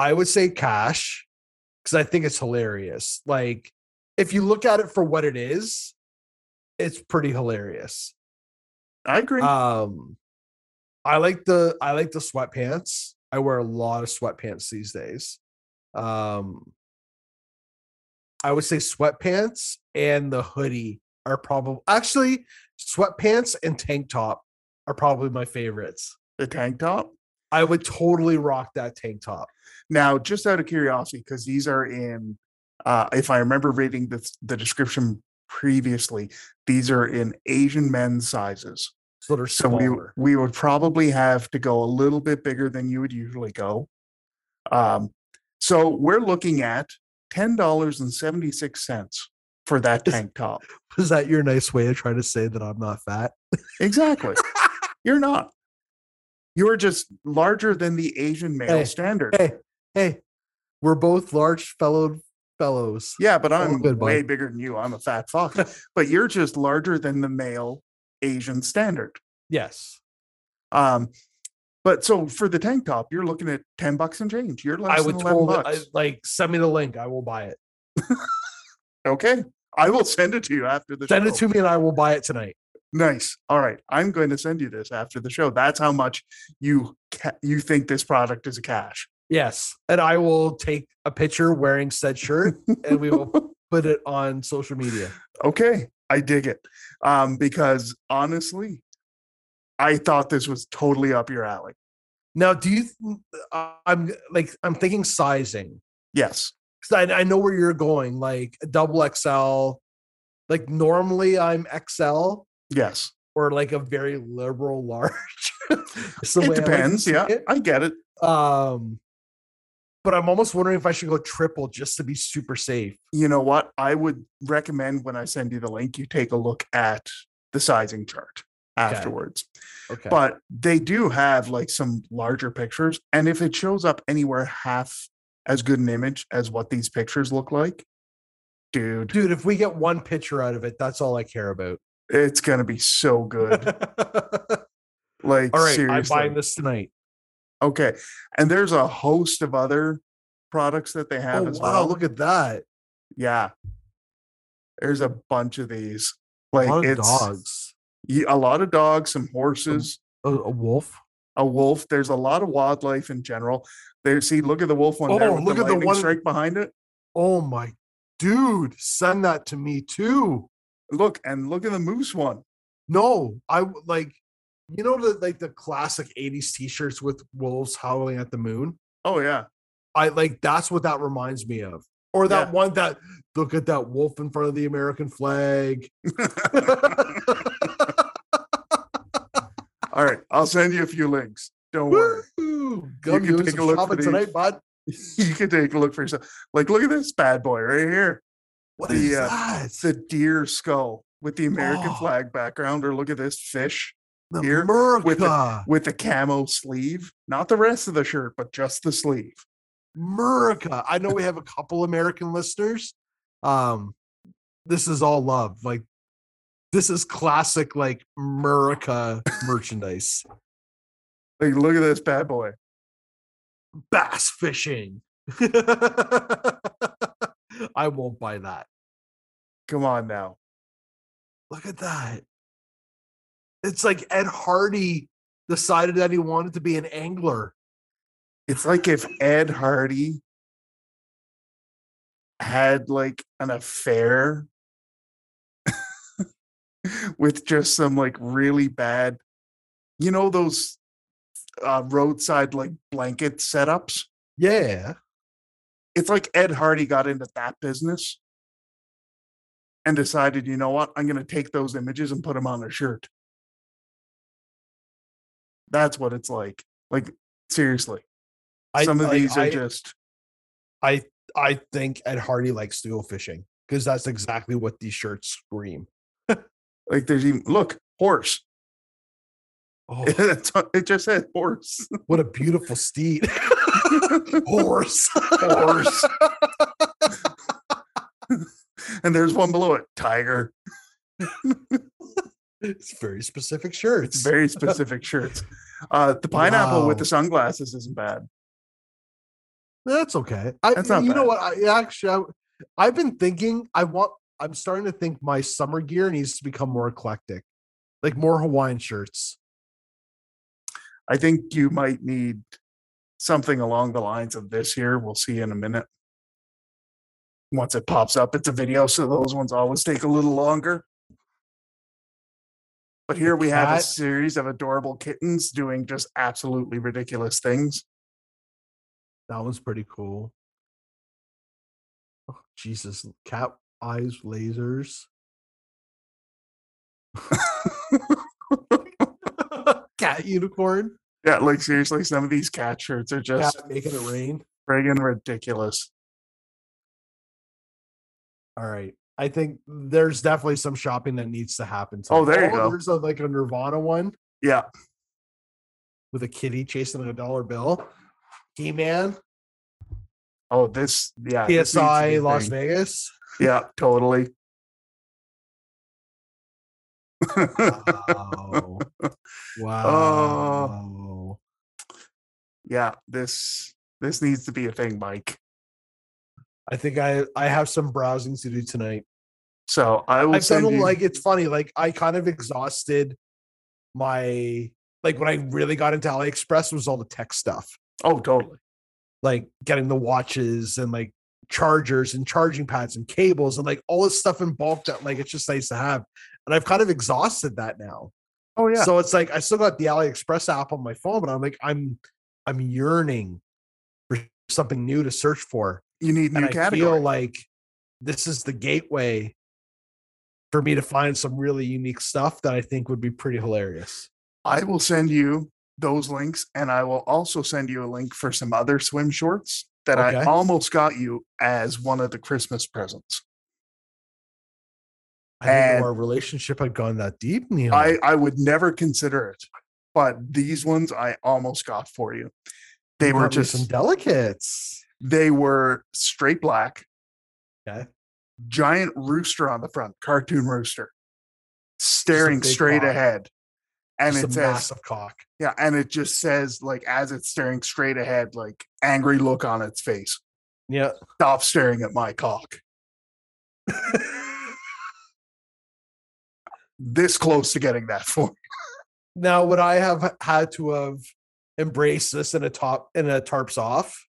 I would say cash because I think it's hilarious. Like if you look at it for what it is, it's pretty hilarious. I [laughs] agree. Um, I like the I like the sweatpants. I wear a lot of sweatpants these days. Um, I would say sweatpants and the hoodie are probably actually sweatpants and tank top are probably my favorites. the tank top. I would totally rock that tank top. Now, just out of curiosity, because these are in, uh, if I remember reading the, the description previously, these are in Asian men's sizes. So they're So smaller. [laughs] we, we would probably have to go a little bit bigger than you would usually go. Um, so we're looking at $10.76 for that Is- tank top. Is that your nice way to try to say that I'm not fat? [laughs] Exactly. You're not. You're just larger than the Asian male Hey, standard. Hey, hey, we're both large fellow fellows. Yeah, but all I'm good, bud. way bigger than you. I'm a fat fuck. but you're just larger than the male Asian standard. Yes. Um, but so for the tank top, you're looking at ten bucks and change. You're less I than would eleven totally bucks. I- like send me the link. I will buy it. okay, I will send it to you after the Send show. it to me, and I will buy it tonight. Nice. All right, I'm going to send you this after the show. That's how much you ca- you think this product is a cash. Yes, and I will take a picture wearing said shirt, and [laughs] we will put it on social media. okay, I dig it. Um, because honestly, I thought this was totally up your alley. Now, do you? th- I- I'm like I'm thinking sizing. Yes. 'Cause I, I know where you're going, like double XL. Like normally I'm XL, Yes. or like a very liberal large. [laughs] It's the it way I like to depends. see yeah, it. I get it. Um, but I'm almost wondering if I should go triple just to be super safe. You know what? I would recommend when I send you the link, you take a look at the sizing chart afterwards. Okay. But they do have like some larger pictures. And if it shows up anywhere half as good an image as what these pictures look like, dude, dude, if we get one picture out of it, that's all I care about. it's going to be so [laughs] good. all Like, right, I'm seriously. buying this tonight. Okay. And there's a host of other products that they have Oh wow, as well. look at that. Yeah. There's a bunch of these. A Like lot of it's dogs. y- a lot of dogs, some horses, A, a wolf. a wolf. There's a lot of wildlife in general. There, see, look at the wolf one there. Oh, With look the at the lightning one- strike behind it. Oh my dude, send that to me too. Look and look at the moose one. No, I w- like you know the like the classic 80s t-shirts with wolves howling at the moon? Oh yeah, I like that's what that reminds me of. Or that Yeah. one that look at that wolf in front of the American flag. [laughs] [laughs] all right. I'll send you a few links. [laughs] Don't worry. [laughs] Woo! Come can do take a some look shopping for tonight, these. bud. You can take a look for yourself. Like, look at this bad boy right here. What The, is uh, that? It's a deer skull with the American Oh. flag background. Or look at this fish The here with the- America. with the camo sleeve, not the rest of the shirt, but just the sleeve. America. I know we have a couple American listeners. Um, this is all love. Like, this is classic, like America merchandise. Like, look at this bad boy. Bass fishing. [laughs] I won't buy that. Come on now. Look at that. It's like Ed Hardy decided that he wanted to be an angler. It's like if Ed Hardy had like an affair [laughs] with just some like really bad, you know, those uh, roadside like blanket setups. Yeah. It's like Ed Hardy got into that business and decided, you know what, I'm going to take those images and put them on a shirt. That's what it's like. Like, seriously, some of like, these are I- just. I I think Ed Hardy likes to go fishing because that's exactly what these shirts scream. Like there's even look horse. [laughs] Oh, That's what- it just said horse. [laughs] what a [laughs] beautiful steed. [laughs] Horse. horse. [laughs] and there's one below it, tiger. [laughs] It's very specific shirts. [laughs] Very specific shirts. Uh, the pineapple with the Wow. sunglasses isn't bad. that's okay. I, That's not you know bad. what? I actually I, I've been thinking I want I'm starting to think my summer gear needs to become more eclectic. Like more Hawaiian shirts. I think you might need something along the lines of this here. We'll see in a minute. Once it pops up, it's a video, so those ones always take a little longer. But here we have a cat. series of adorable kittens doing just absolutely ridiculous things. That one's pretty cool. Oh, Jesus, cat eyes lasers. [laughs] cat unicorn. Yeah, like seriously, some of these cat shirts are Cat just making it rain. friggin' ridiculous. All right. I think there's definitely some shopping that needs to happen. Oh, tonight. there you go. There's a, like a Nirvana one Yeah, with a kitty chasing a dollar bill. He Man, Oh, this, yeah. this needs to be PSI a Las thing. [laughs] Vegas. Yeah, totally. [laughs] Ah. Wow. Oh. wow. yeah, this this needs to be a thing, Mike. I think I, I have some browsing to do tonight. So I will I've done send you. like it's funny. Like I kind of exhausted my like when I really got into AliExpress was all the tech stuff, oh, totally. like getting the watches and like chargers and charging pads and cables and like all this stuff in bulk that like it's just nice to have. And I've kind of exhausted that now. Oh yeah. So it's like I still got the AliExpress app on my phone, but I'm like I'm I'm yearning for something new to search for you need new and I category. feel like this is the gateway for me to find some really unique stuff that I think would be pretty hilarious. I will send you those links and I will also send you a link for some other swim shorts that I Okay. almost got you as one of the Christmas presents. I didn't And- know our relationship had gone that deep, Neil. I, I would never consider it, but these ones I almost got for you. They You were got me just some delicates. they were straight black. Okay. Giant rooster on the front, cartoon rooster, staring big straight cock. ahead. And Just it a says massive cock. Yeah, and it just says like as it's staring straight ahead, like angry look on its face. Yeah. [laughs] Stop staring at my cock. This close to getting that for. [laughs] now, would I have had to have embraced this in a top in a tarps off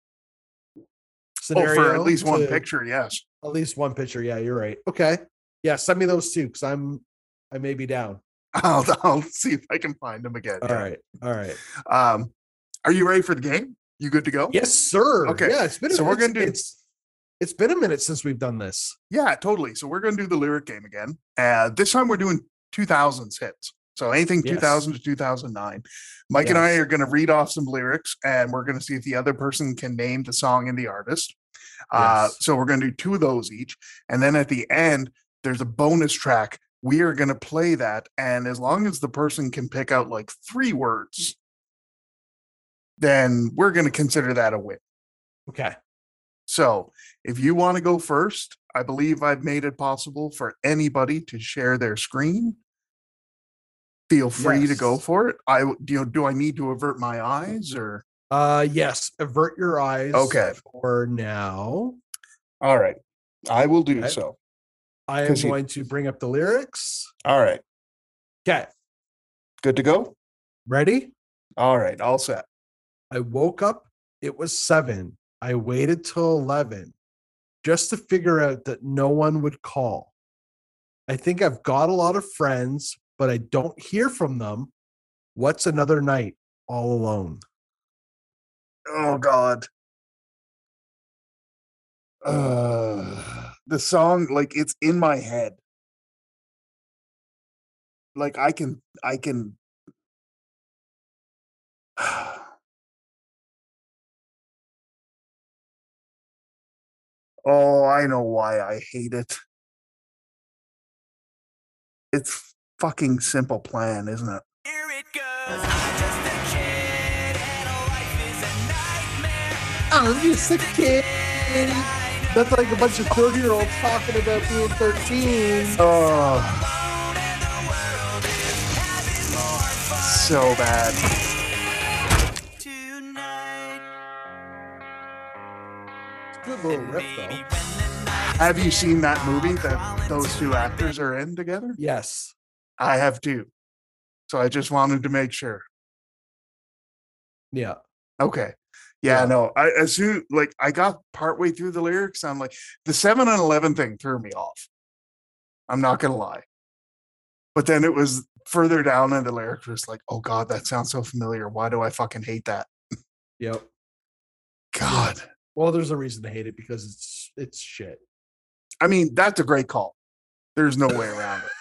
Oh, for scenario at least one to- picture, yes. [laughs] At least one picture. Yeah, you're right. Okay. Yeah, send me those two because I'm I may be down. I'll, I'll see if I can find them again. All right. All right. Um, are you ready for the game? You good to go? Yes, sir. Okay, Yeah, it's been. so we're it's- gonna do- It's, it's been a minute since we've done this. Yeah, totally. So we're going to do the lyric game again. Uh, this time we're doing 2000s hits. So anything Yes. 2000 to 2009. Mike and I Yes. are going to read off some lyrics and we're going to see if the other person can name the song and the artist. Uh, Yes. so we're going to do two of those each. And then at the end, there's a bonus track. We are going to play that. And as long as the person can pick out like three words, then we're going to consider that a win. Okay. So if you want to go first, I believe I've made it possible for anybody to share their screen. Feel free to go Yes. for it. I w- do. You do I need to avert my eyes or? Uh, yes. Avert your eyes. Okay. For now, All right, I will do Okay. so. I am 'Cause you- going to bring up the lyrics. All right, Okay. good to go. Ready? All right, all set. I woke up. It was seven. I waited till 11 just to figure out that no one would call. I think I've got a lot of friends, but I don't hear from them. What's another night all alone? Oh God. Uh, the song, like it's in my head. Like I can, I can. [sighs] Oh, I know why I hate it. It's fucking simple plan, isn't it? Here it goes. I'm just a kid, and life is a nightmare. I'm just a kid. That's like a bunch of 30 year olds talking about being 13. Oh, Alone, and the world is having more fun so bad. tonight. Good little riff, though. Maybe when the night is Have you seen that movie Crawl that into those two my actors are in together? Yes. I have two. So I just wanted to make sure. Yeah. Okay. Yeah, Yeah. no. I as soon like I got partway through the lyrics, I'm like, the seven and eleven thing threw me off. I'm not gonna lie. But then it was further down in the lyrics, it was like, oh god, that sounds so familiar. Why do I fucking hate that? Yep. God. Well, there's a reason to hate it because it's it's shit. I mean, that's a great call. There's no way around it.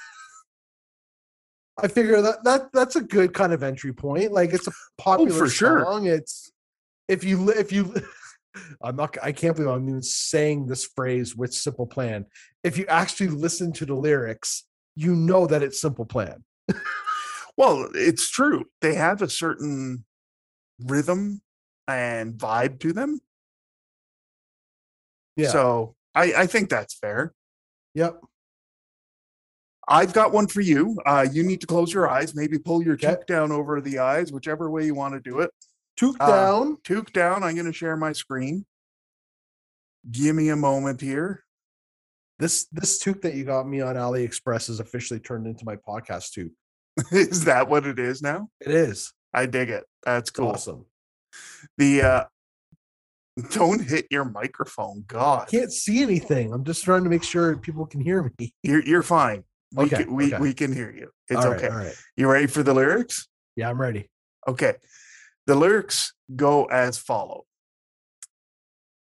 I figure that that that's a good kind of entry point. Like it's a popular for sure. song. It's if you li- if you [laughs] I'm not I can't believe I'm even saying this phrase with simple plan. If you actually listen to the lyrics, you know that it's simple plan. Well, it's true. They have a certain rhythm and vibe to them. Yeah. So I, I think that's fair. Yep. I've got one for you. Uh, you need to close your eyes, maybe pull your Okay. toque down over the eyes, whichever way you want to do it. Took Uh, down. Toque down, I'm going to share my screen. Give me a moment here. [laughs] This this toque that you got me on AliExpress is officially turned into my podcast too. is that what it is now? It is I dig it. That's It's cool. awesome. The uh, don't hit your microphone. I God, can't see anything. I'm just trying to make sure people can hear me. you're, you're fine. We, Okay, can, we, okay. we can hear you. It's All right, okay. all right. You ready for the lyrics? Yeah, I'm ready. Okay. The lyrics go as follow.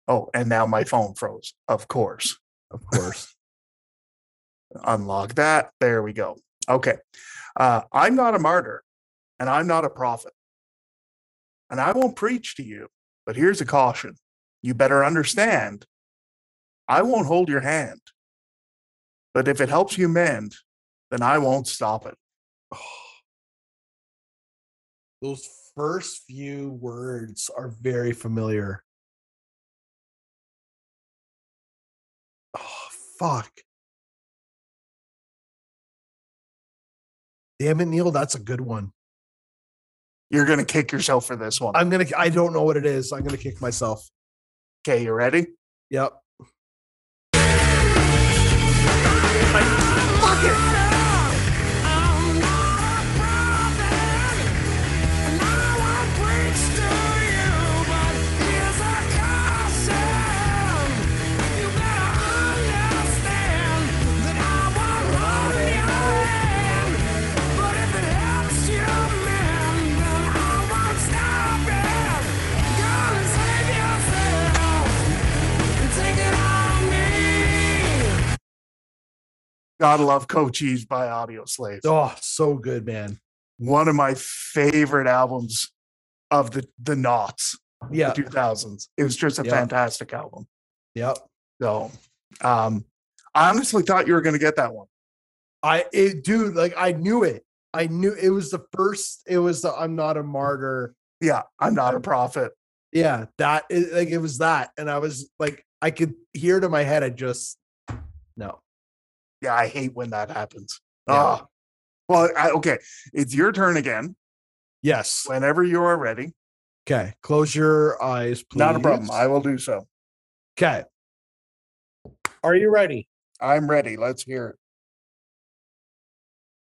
Oh, and now my phone froze, of course. Of course. Unlock that. There we go. Okay. Uh, I'm not a martyr and I'm not a prophet. And I won't preach to you, but here's a caution. You better understand. I won't hold your hand. But if it helps you mend, then I won't stop it. [laughs] Those first few words are very familiar. Oh, fuck. Damn it, Neil. That's a good one. You're going to kick yourself for this one. I'm going to, I don't know what it is. I'm going to kick myself. Okay, you ready? Yep. Take it on me. Gotta love Cochise by Audio Slave. Oh, so good, man. One of my favorite albums of the, the knots, Yeah. the 2000s. It was just a Uh, Yeah. fantastic album. Yep. So um, I honestly thought you were going to get that one. I it, dude, like I knew it. I knew it was the first. It was the I'm not a martyr. Yeah, I'm not a prophet. Yeah, that it, like it was that, and I was like, I could hear it in my head. I just no. Yeah, I hate when that happens. Yeah. Ah. Well, I, okay. It's your turn again. Yes. Whenever you are ready. Okay. Close your eyes, please. Not a problem. I will do so. okay. Are you ready? I'm ready. Let's hear it.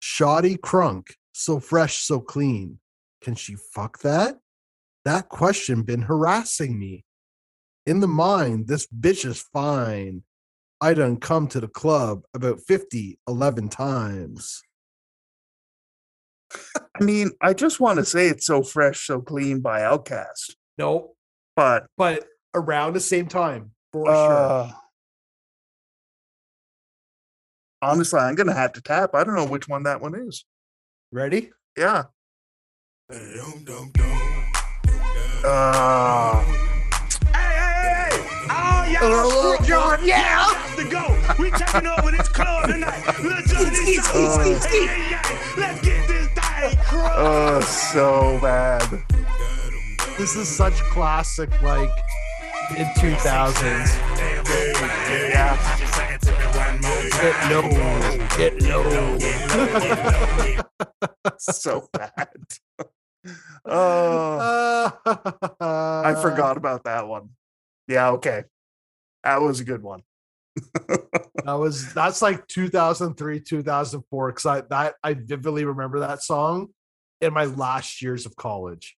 Shoddy crunk, so fresh, so clean. Can she fuck that? That question been harassing me. In the mind, this bitch is fine. I done come to the club about 50, 11 times. I mean, I just want to say it's so fresh, so clean by Outcast, No, but but around the same time, for uh, honestly, I'm gonna have to tap. I don't know which one that one is. Ready? Yeah. Uh, Hey, hey, hey, hey! All y'all screw John, yeah! to go. We taking over this club tonight. Let's do this. skeet, Hey, hey, hey, Let's get this thing crunk. oh, so bad. This is such classic, like in 2000s. Yeah. Get low, get low. [laughs] So bad. Oh, I Uh. forgot about that one. Yeah. Okay. That was a good one. [laughs] That was that's like 2003, 2004. Because I that I vividly remember that song in my last years of college.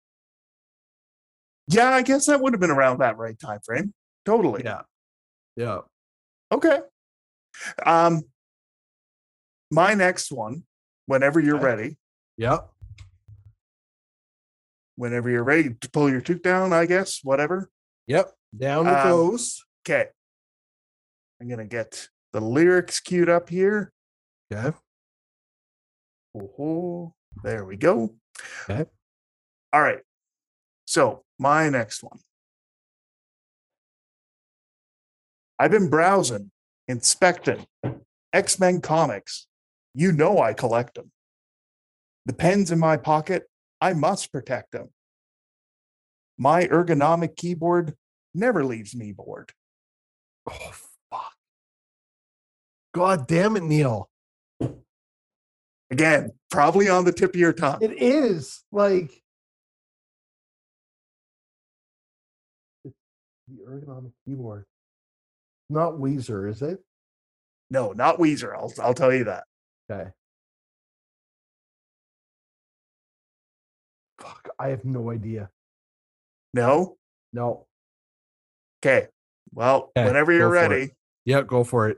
Yeah, I guess that would have been around that right time frame. Totally. Yeah, yeah. Okay. Um, my next one, whenever you're Okay. ready, Yep. whenever you're ready to pull your tooth down, I guess, whatever. Yep. Down it Um, goes. Okay. I'm going to get the lyrics queued up here. Okay. Oh, there we go. Okay. All right. So, my next one. I've been browsing, inspecting X Men comics. You know I collect them. The pen's in my pocket. I must protect them. My ergonomic keyboard never leaves me bored. Oh fuck. God damn it, Neil. Again, probably on the tip of your tongue. It is like It's the ergonomic keyboard. Not Weezer, is it? No, not Weezer. I'll, I'll tell you that. Okay. Fuck, I have no idea. No? No. Okay. Well, Okay, whenever you're go for it. ready. Yeah, go for it.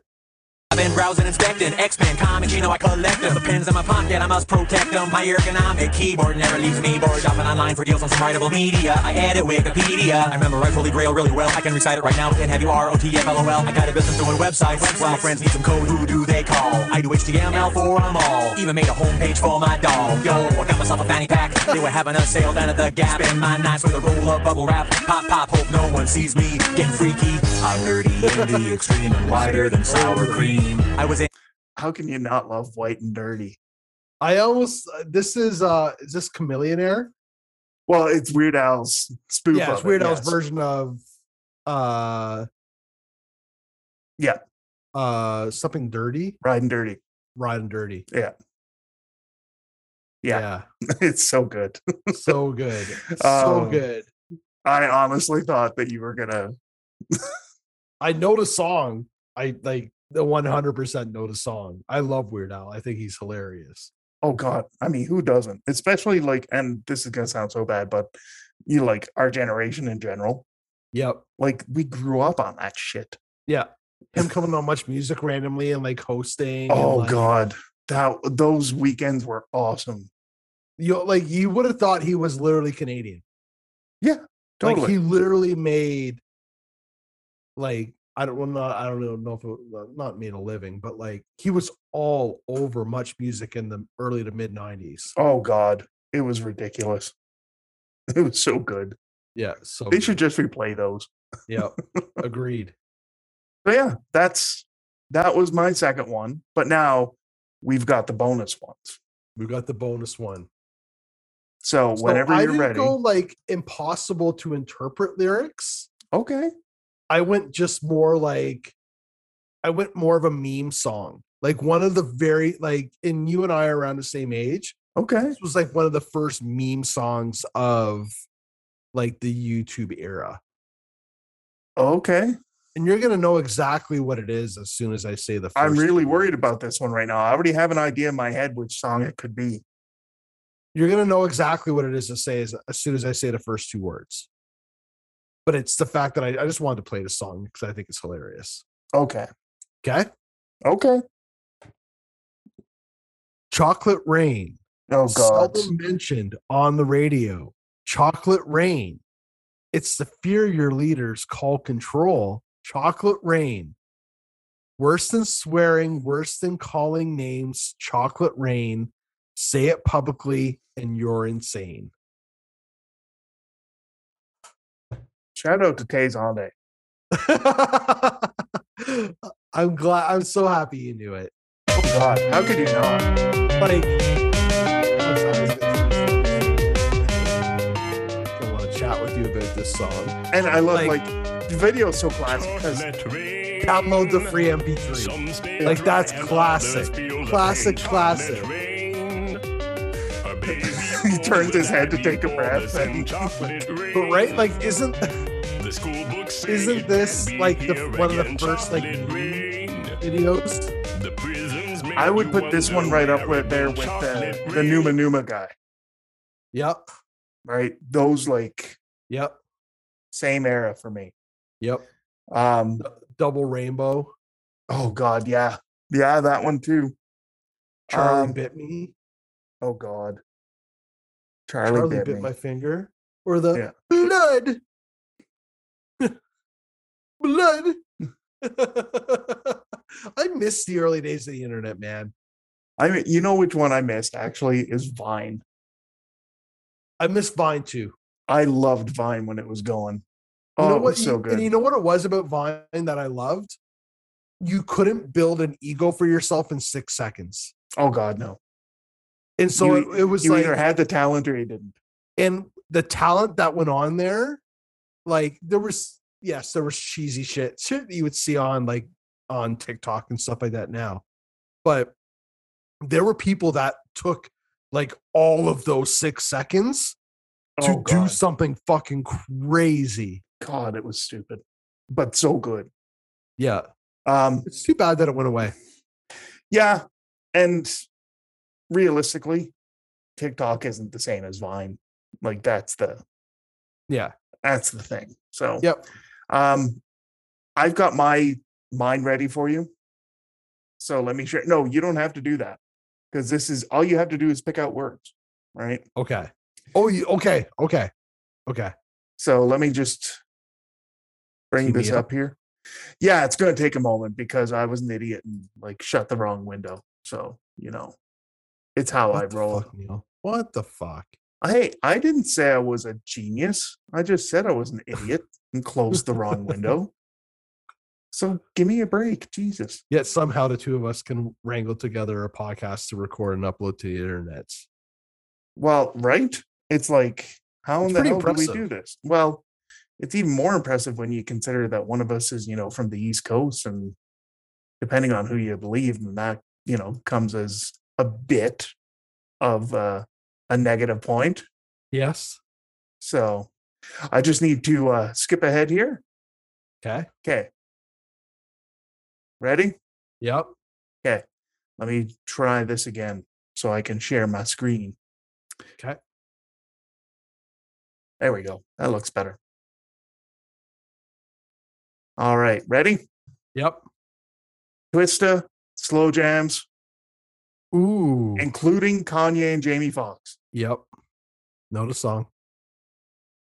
I've been browsing, inspecting X-Men comics, you know I collect them. The pens in my pocket, I must protect them. My ergonomic keyboard never leaves me bored. Shopping online for deals on some writable media. I edit Wikipedia. I remember Rightfully Grail really well. I can recite it right now and have you R-O-T-F-L-O-L. I got a business doing websites. While friends need some code, who do they call? I do HTML for them all. Even made a homepage for my doll. Yo, I got myself a fanny pack. They were having a sale down at the Gap. Spend my nights with a roll of bubble wrap. Pop, pop, hope no one sees me. Getting freaky. I'm nerdy in the extreme and wider than sour cream. I was in How can you not love White and Dirty? I almost this is uh is this Chameleonaire? Well, it's Weird Al's spoof. Yeah, it's of it, Weird Al's yes. version of uh Yeah. uh something dirty, Ride and Dirty. [laughs] rod and dirty. Yeah. Yeah. It's so good. Yeah. [laughs] so good. so Oh. good. I honestly thought that you were gonna. I know the song. I like the 100% know the song. I love Weird Al. I think he's hilarious. Oh God, I mean, who doesn't? Especially like, and this is gonna sound so bad, but you like our generation in general. Yep. Like we grew up on that shit. Yeah. [laughs] Him coming on much music randomly and like hosting. and, Oh like, God, that those weekends were awesome. You like you would have thought he was literally Canadian. Totally. Like he literally made like I don't well not I don't know- know if it, well, not made a living, but like he was all over much music in the early to mid nineties. oh God, it was ridiculous. It was so good. Yeah. So They should just replay those. yeah. Agreed. But yeah, that's that was my second one. But now we've got the bonus ones. We got the bonus one. So, So whenever I you're didn't ready, go like impossible to interpret lyrics. okay. I went just more like I went more of a meme song. Like one of the very like and you and I are around the same age. Okay. This was like one of the first meme songs of like the YouTube era. Okay. And you're gonna know exactly what it is as soon as I say the first I'm really two worried words. about this one right now. I already have an idea in my head which song it could be. You're gonna know exactly what it is to say as, as soon as I say the first two words. But it's the fact that I, I just wanted to play the song because I think it's hilarious. Okay. Okay. Okay. Chocolate rain. Oh God. seldom mentioned on the radio. Chocolate rain. It's the fear your leaders call control. Chocolate rain. Worse than swearing, worse than calling names. Chocolate rain. Say it publicly, and you're insane. Shout out to Tezonde. [laughs] I'm glad. I'm so happy you knew it. Oh God. How could you not? Like, I'm sorry, I was gonna- I want to chat with you about this song. And I love Like- like, the video is so classic because [laughs] Download the free MP3. Like, that's classic. Classic, classic. He turns his head to take a breath and- But right, like, isn't isn't this like the, one of the first like videos? I would put this one right up with there with the, the Numa Numa guy. Yep, Right. Those like yep, same era for me. yep. Um. Double Rainbow. Oh God. Yeah. Yeah. That one too. Charlie Um, bit me. Oh God. Charlie, Charlie, bit, bit, me. my finger. Or the Yeah. [laughs] blood. blood. [laughs] I miss the early days of the internet, man. I mean, you know which one I missed actually is Vine. I miss Vine too. I loved Vine when it was going. You Oh, know it what- was so you- good. And you know what it was about Vine that I loved? You couldn't build an ego for yourself in six seconds. oh God, no. And so You- it, it was You like, either had the talent or you didn't. and the talent that went on there, like there was, yes, there was cheesy shit, shit that you would see on like on TikTok and stuff like that now. But there were people that took like all of those six seconds oh, to do God. something fucking crazy. God, it was stupid, but so good. Yeah. Um, It's too bad that it went away. yeah, and realistically, TikTok isn't the same as Vine. Like that's the Yeah. that's the thing. So Yep. um, I've got my mine ready for you. So let me share. No, you don't have to do that because this is all you have to do is pick out words, right? Okay. Oh, you, okay. Okay. Okay. So let me just bring Cue me this up. up here. Yeah, it's going to take a moment because I was an idiot and like shut the wrong window. So, you know, it's how I What the roll. fuck, Neil? What the fuck? I I didn't say I was a genius. I just said I was an idiot and closed the [laughs] wrong window. So give me a break, Jesus. Yet somehow the two of us can wrangle together a podcast to record and upload to the internet. Well, right? It's like how It's in the pretty hell do we impressive. do this? Well, it's even more impressive when you consider that one of us is, you know, from the East Coast, and depending on who you believe, and that you know comes as a bit of uh, a negative point. Yes. So I just need to uh, skip ahead here. Okay. Okay. Ready? Yep. Let me try this again so I can share my screen. 'Kay. There we go. That looks better. All right. Ready? Yep. Twista, slow jams, Ooh. including Kanye and Jamie Foxx. Yep. Know the song.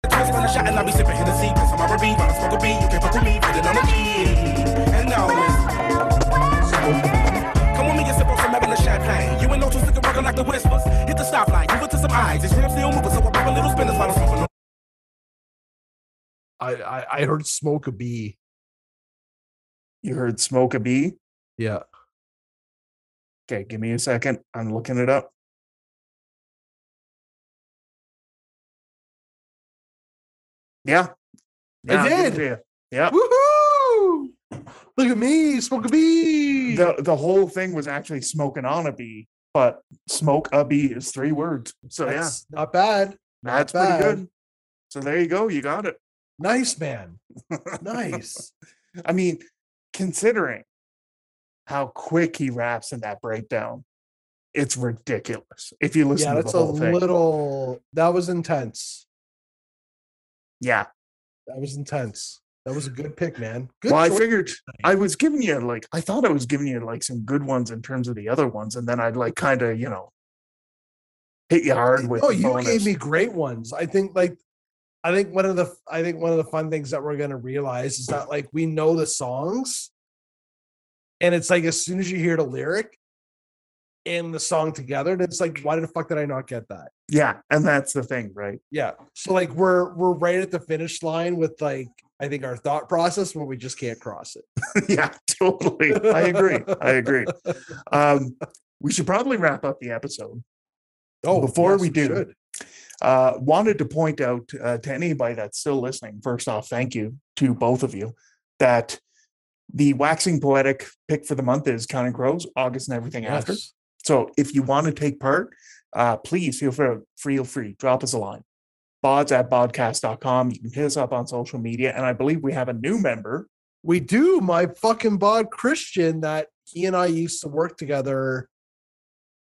Twice on a shot and I be sipping Hennessy Cause I'm a beat, wanna smoke a beat You can't fuck with me, put it on the beat And now it's So Come with me and sip on some regular champagne You ain't no two stick working like the whispers Hit the stoplight, you look to some eyes These rims still moving so I pop a little spinners While I'm smoking on I I, I heard smoke a bee. You heard Smoke a Bee? Yeah. Okay, give me a second. I'm looking it up. Yeah. Yeah, I'll give it did. to you. Yeah. Woohoo! Look at me, smoke a bee. The the whole thing was actually smoking on a bee, but smoke a bee is three words. So That's not bad. yeah, that's bad. pretty good. So there you go. You got it. [laughs] Nice man. Nice. I mean, considering how quick he raps in that breakdown, it's ridiculous. If you listen yeah, to that's the a whole thing. little that was intense. yeah. That was intense. That was a good pick, man. Good well, I choice. figured I was giving you like I thought I was giving you like some good ones in terms of the other ones, and then I'd like kind of you know hit you hard with. no, the you bonus. gave me great ones. I think like I think one of the I think one of the fun things that we're gonna realize is that like we know the songs, and it's like as soon as you hear the lyric and the song together, and it's like, why the fuck did I not get that? yeah, and that's the thing, right? Yeah. So like we're we're right at the finish line with like I think our thought process, but we just can't cross it. [laughs] yeah, totally. I agree. I agree. Um, we should probably wrap up the episode. Before we do, Oh, should. Uh, wanted to point out uh, to anybody that's still listening. First off, thank you to both of you that the waxing poetic pick for the month is Counting Crows, August, and everything after. Yes. So if you want to take part, uh, please feel free, feel free, drop us a line. Bods at bodcast.com. You can hit us up on social media. And I believe we have a new member. We do. My fucking bod Christian that he and I used to work together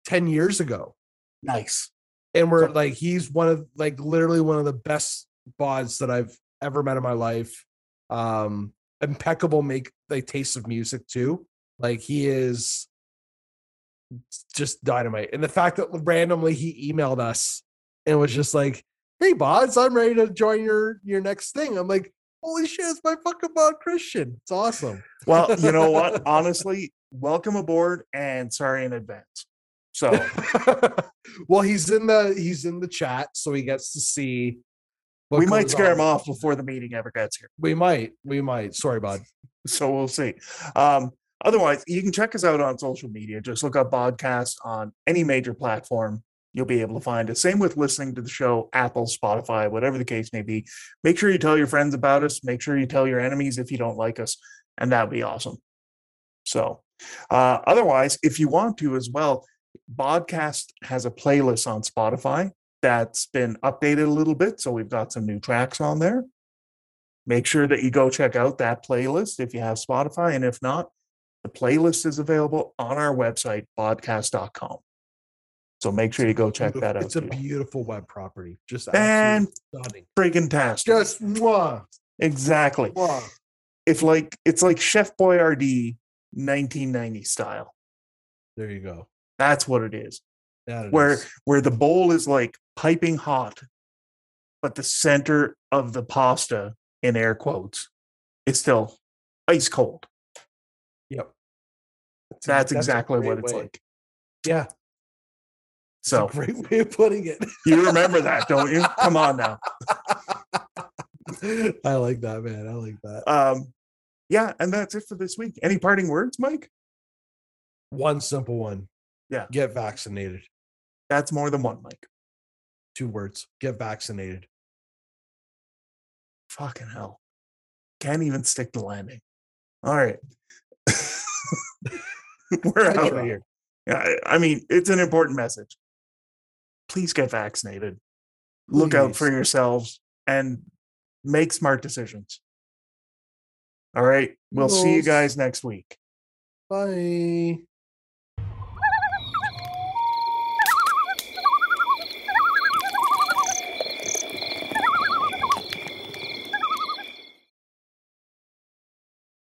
10 years ago. Nice. And we're So- like, he's one of like literally one of the best bods that I've ever met in my life. Um, impeccable make like taste of music too. Like he is just dynamite. And the fact that randomly he emailed us and was just like, Hey bods, I'm ready to join your your next thing. I'm like, holy shit, it's my fucking bod Christian. It's awesome. Well, you know what? Honestly, welcome aboard and sorry in advance. So [laughs] well, he's in the he's in the chat, so he gets to see. what we might goes scare him on. off before the meeting ever gets here. We might. We might. Sorry, bud. So we'll see. Um, otherwise, you can check us out on social media. Just look up podcast on any major platform. You'll be able to find us. Same with listening to the show, Apple, Spotify, whatever the case may be. Make sure you tell your friends about us. Make sure you tell your enemies if you don't like us, and that would be awesome. So, uh, otherwise, if you want to as well, Podcast has a playlist on Spotify that's been updated a little bit. So we've got some new tracks on there make sure that you go check out that playlist if you have Spotify. And if not, the playlist is available on our website, podcast.com. So make sure you go check that out. It's a too. beautiful web property. Just Man. absolutely stunning. freaking task. Just mwah, Exactly. mwah. If like it's like Chef Boyardee 1990 style. There you go. That's what it is. That it Where is. where the bowl is like piping hot, but the center of the pasta in air quotes is still ice cold. Yep. a- That's, a exactly what great it's way. like. Yeah. it's a So great way of putting it. you remember that, don't you? Come on [laughs] now. I like that, man. I like that. Um, yeah, and that's it for this week. Any parting words, Mike? One simple one. Yeah. Get vaccinated. That's more than one, Mike. Two words. Get vaccinated. Fucking hell. Can't even stick the landing. All right. [laughs] We're out Get outta of here. I, I mean, it's an important message. Please get vaccinated. Look out for Please. yourselves and make smart decisions. All right. We'll see you Toodles. guys next week. Bye.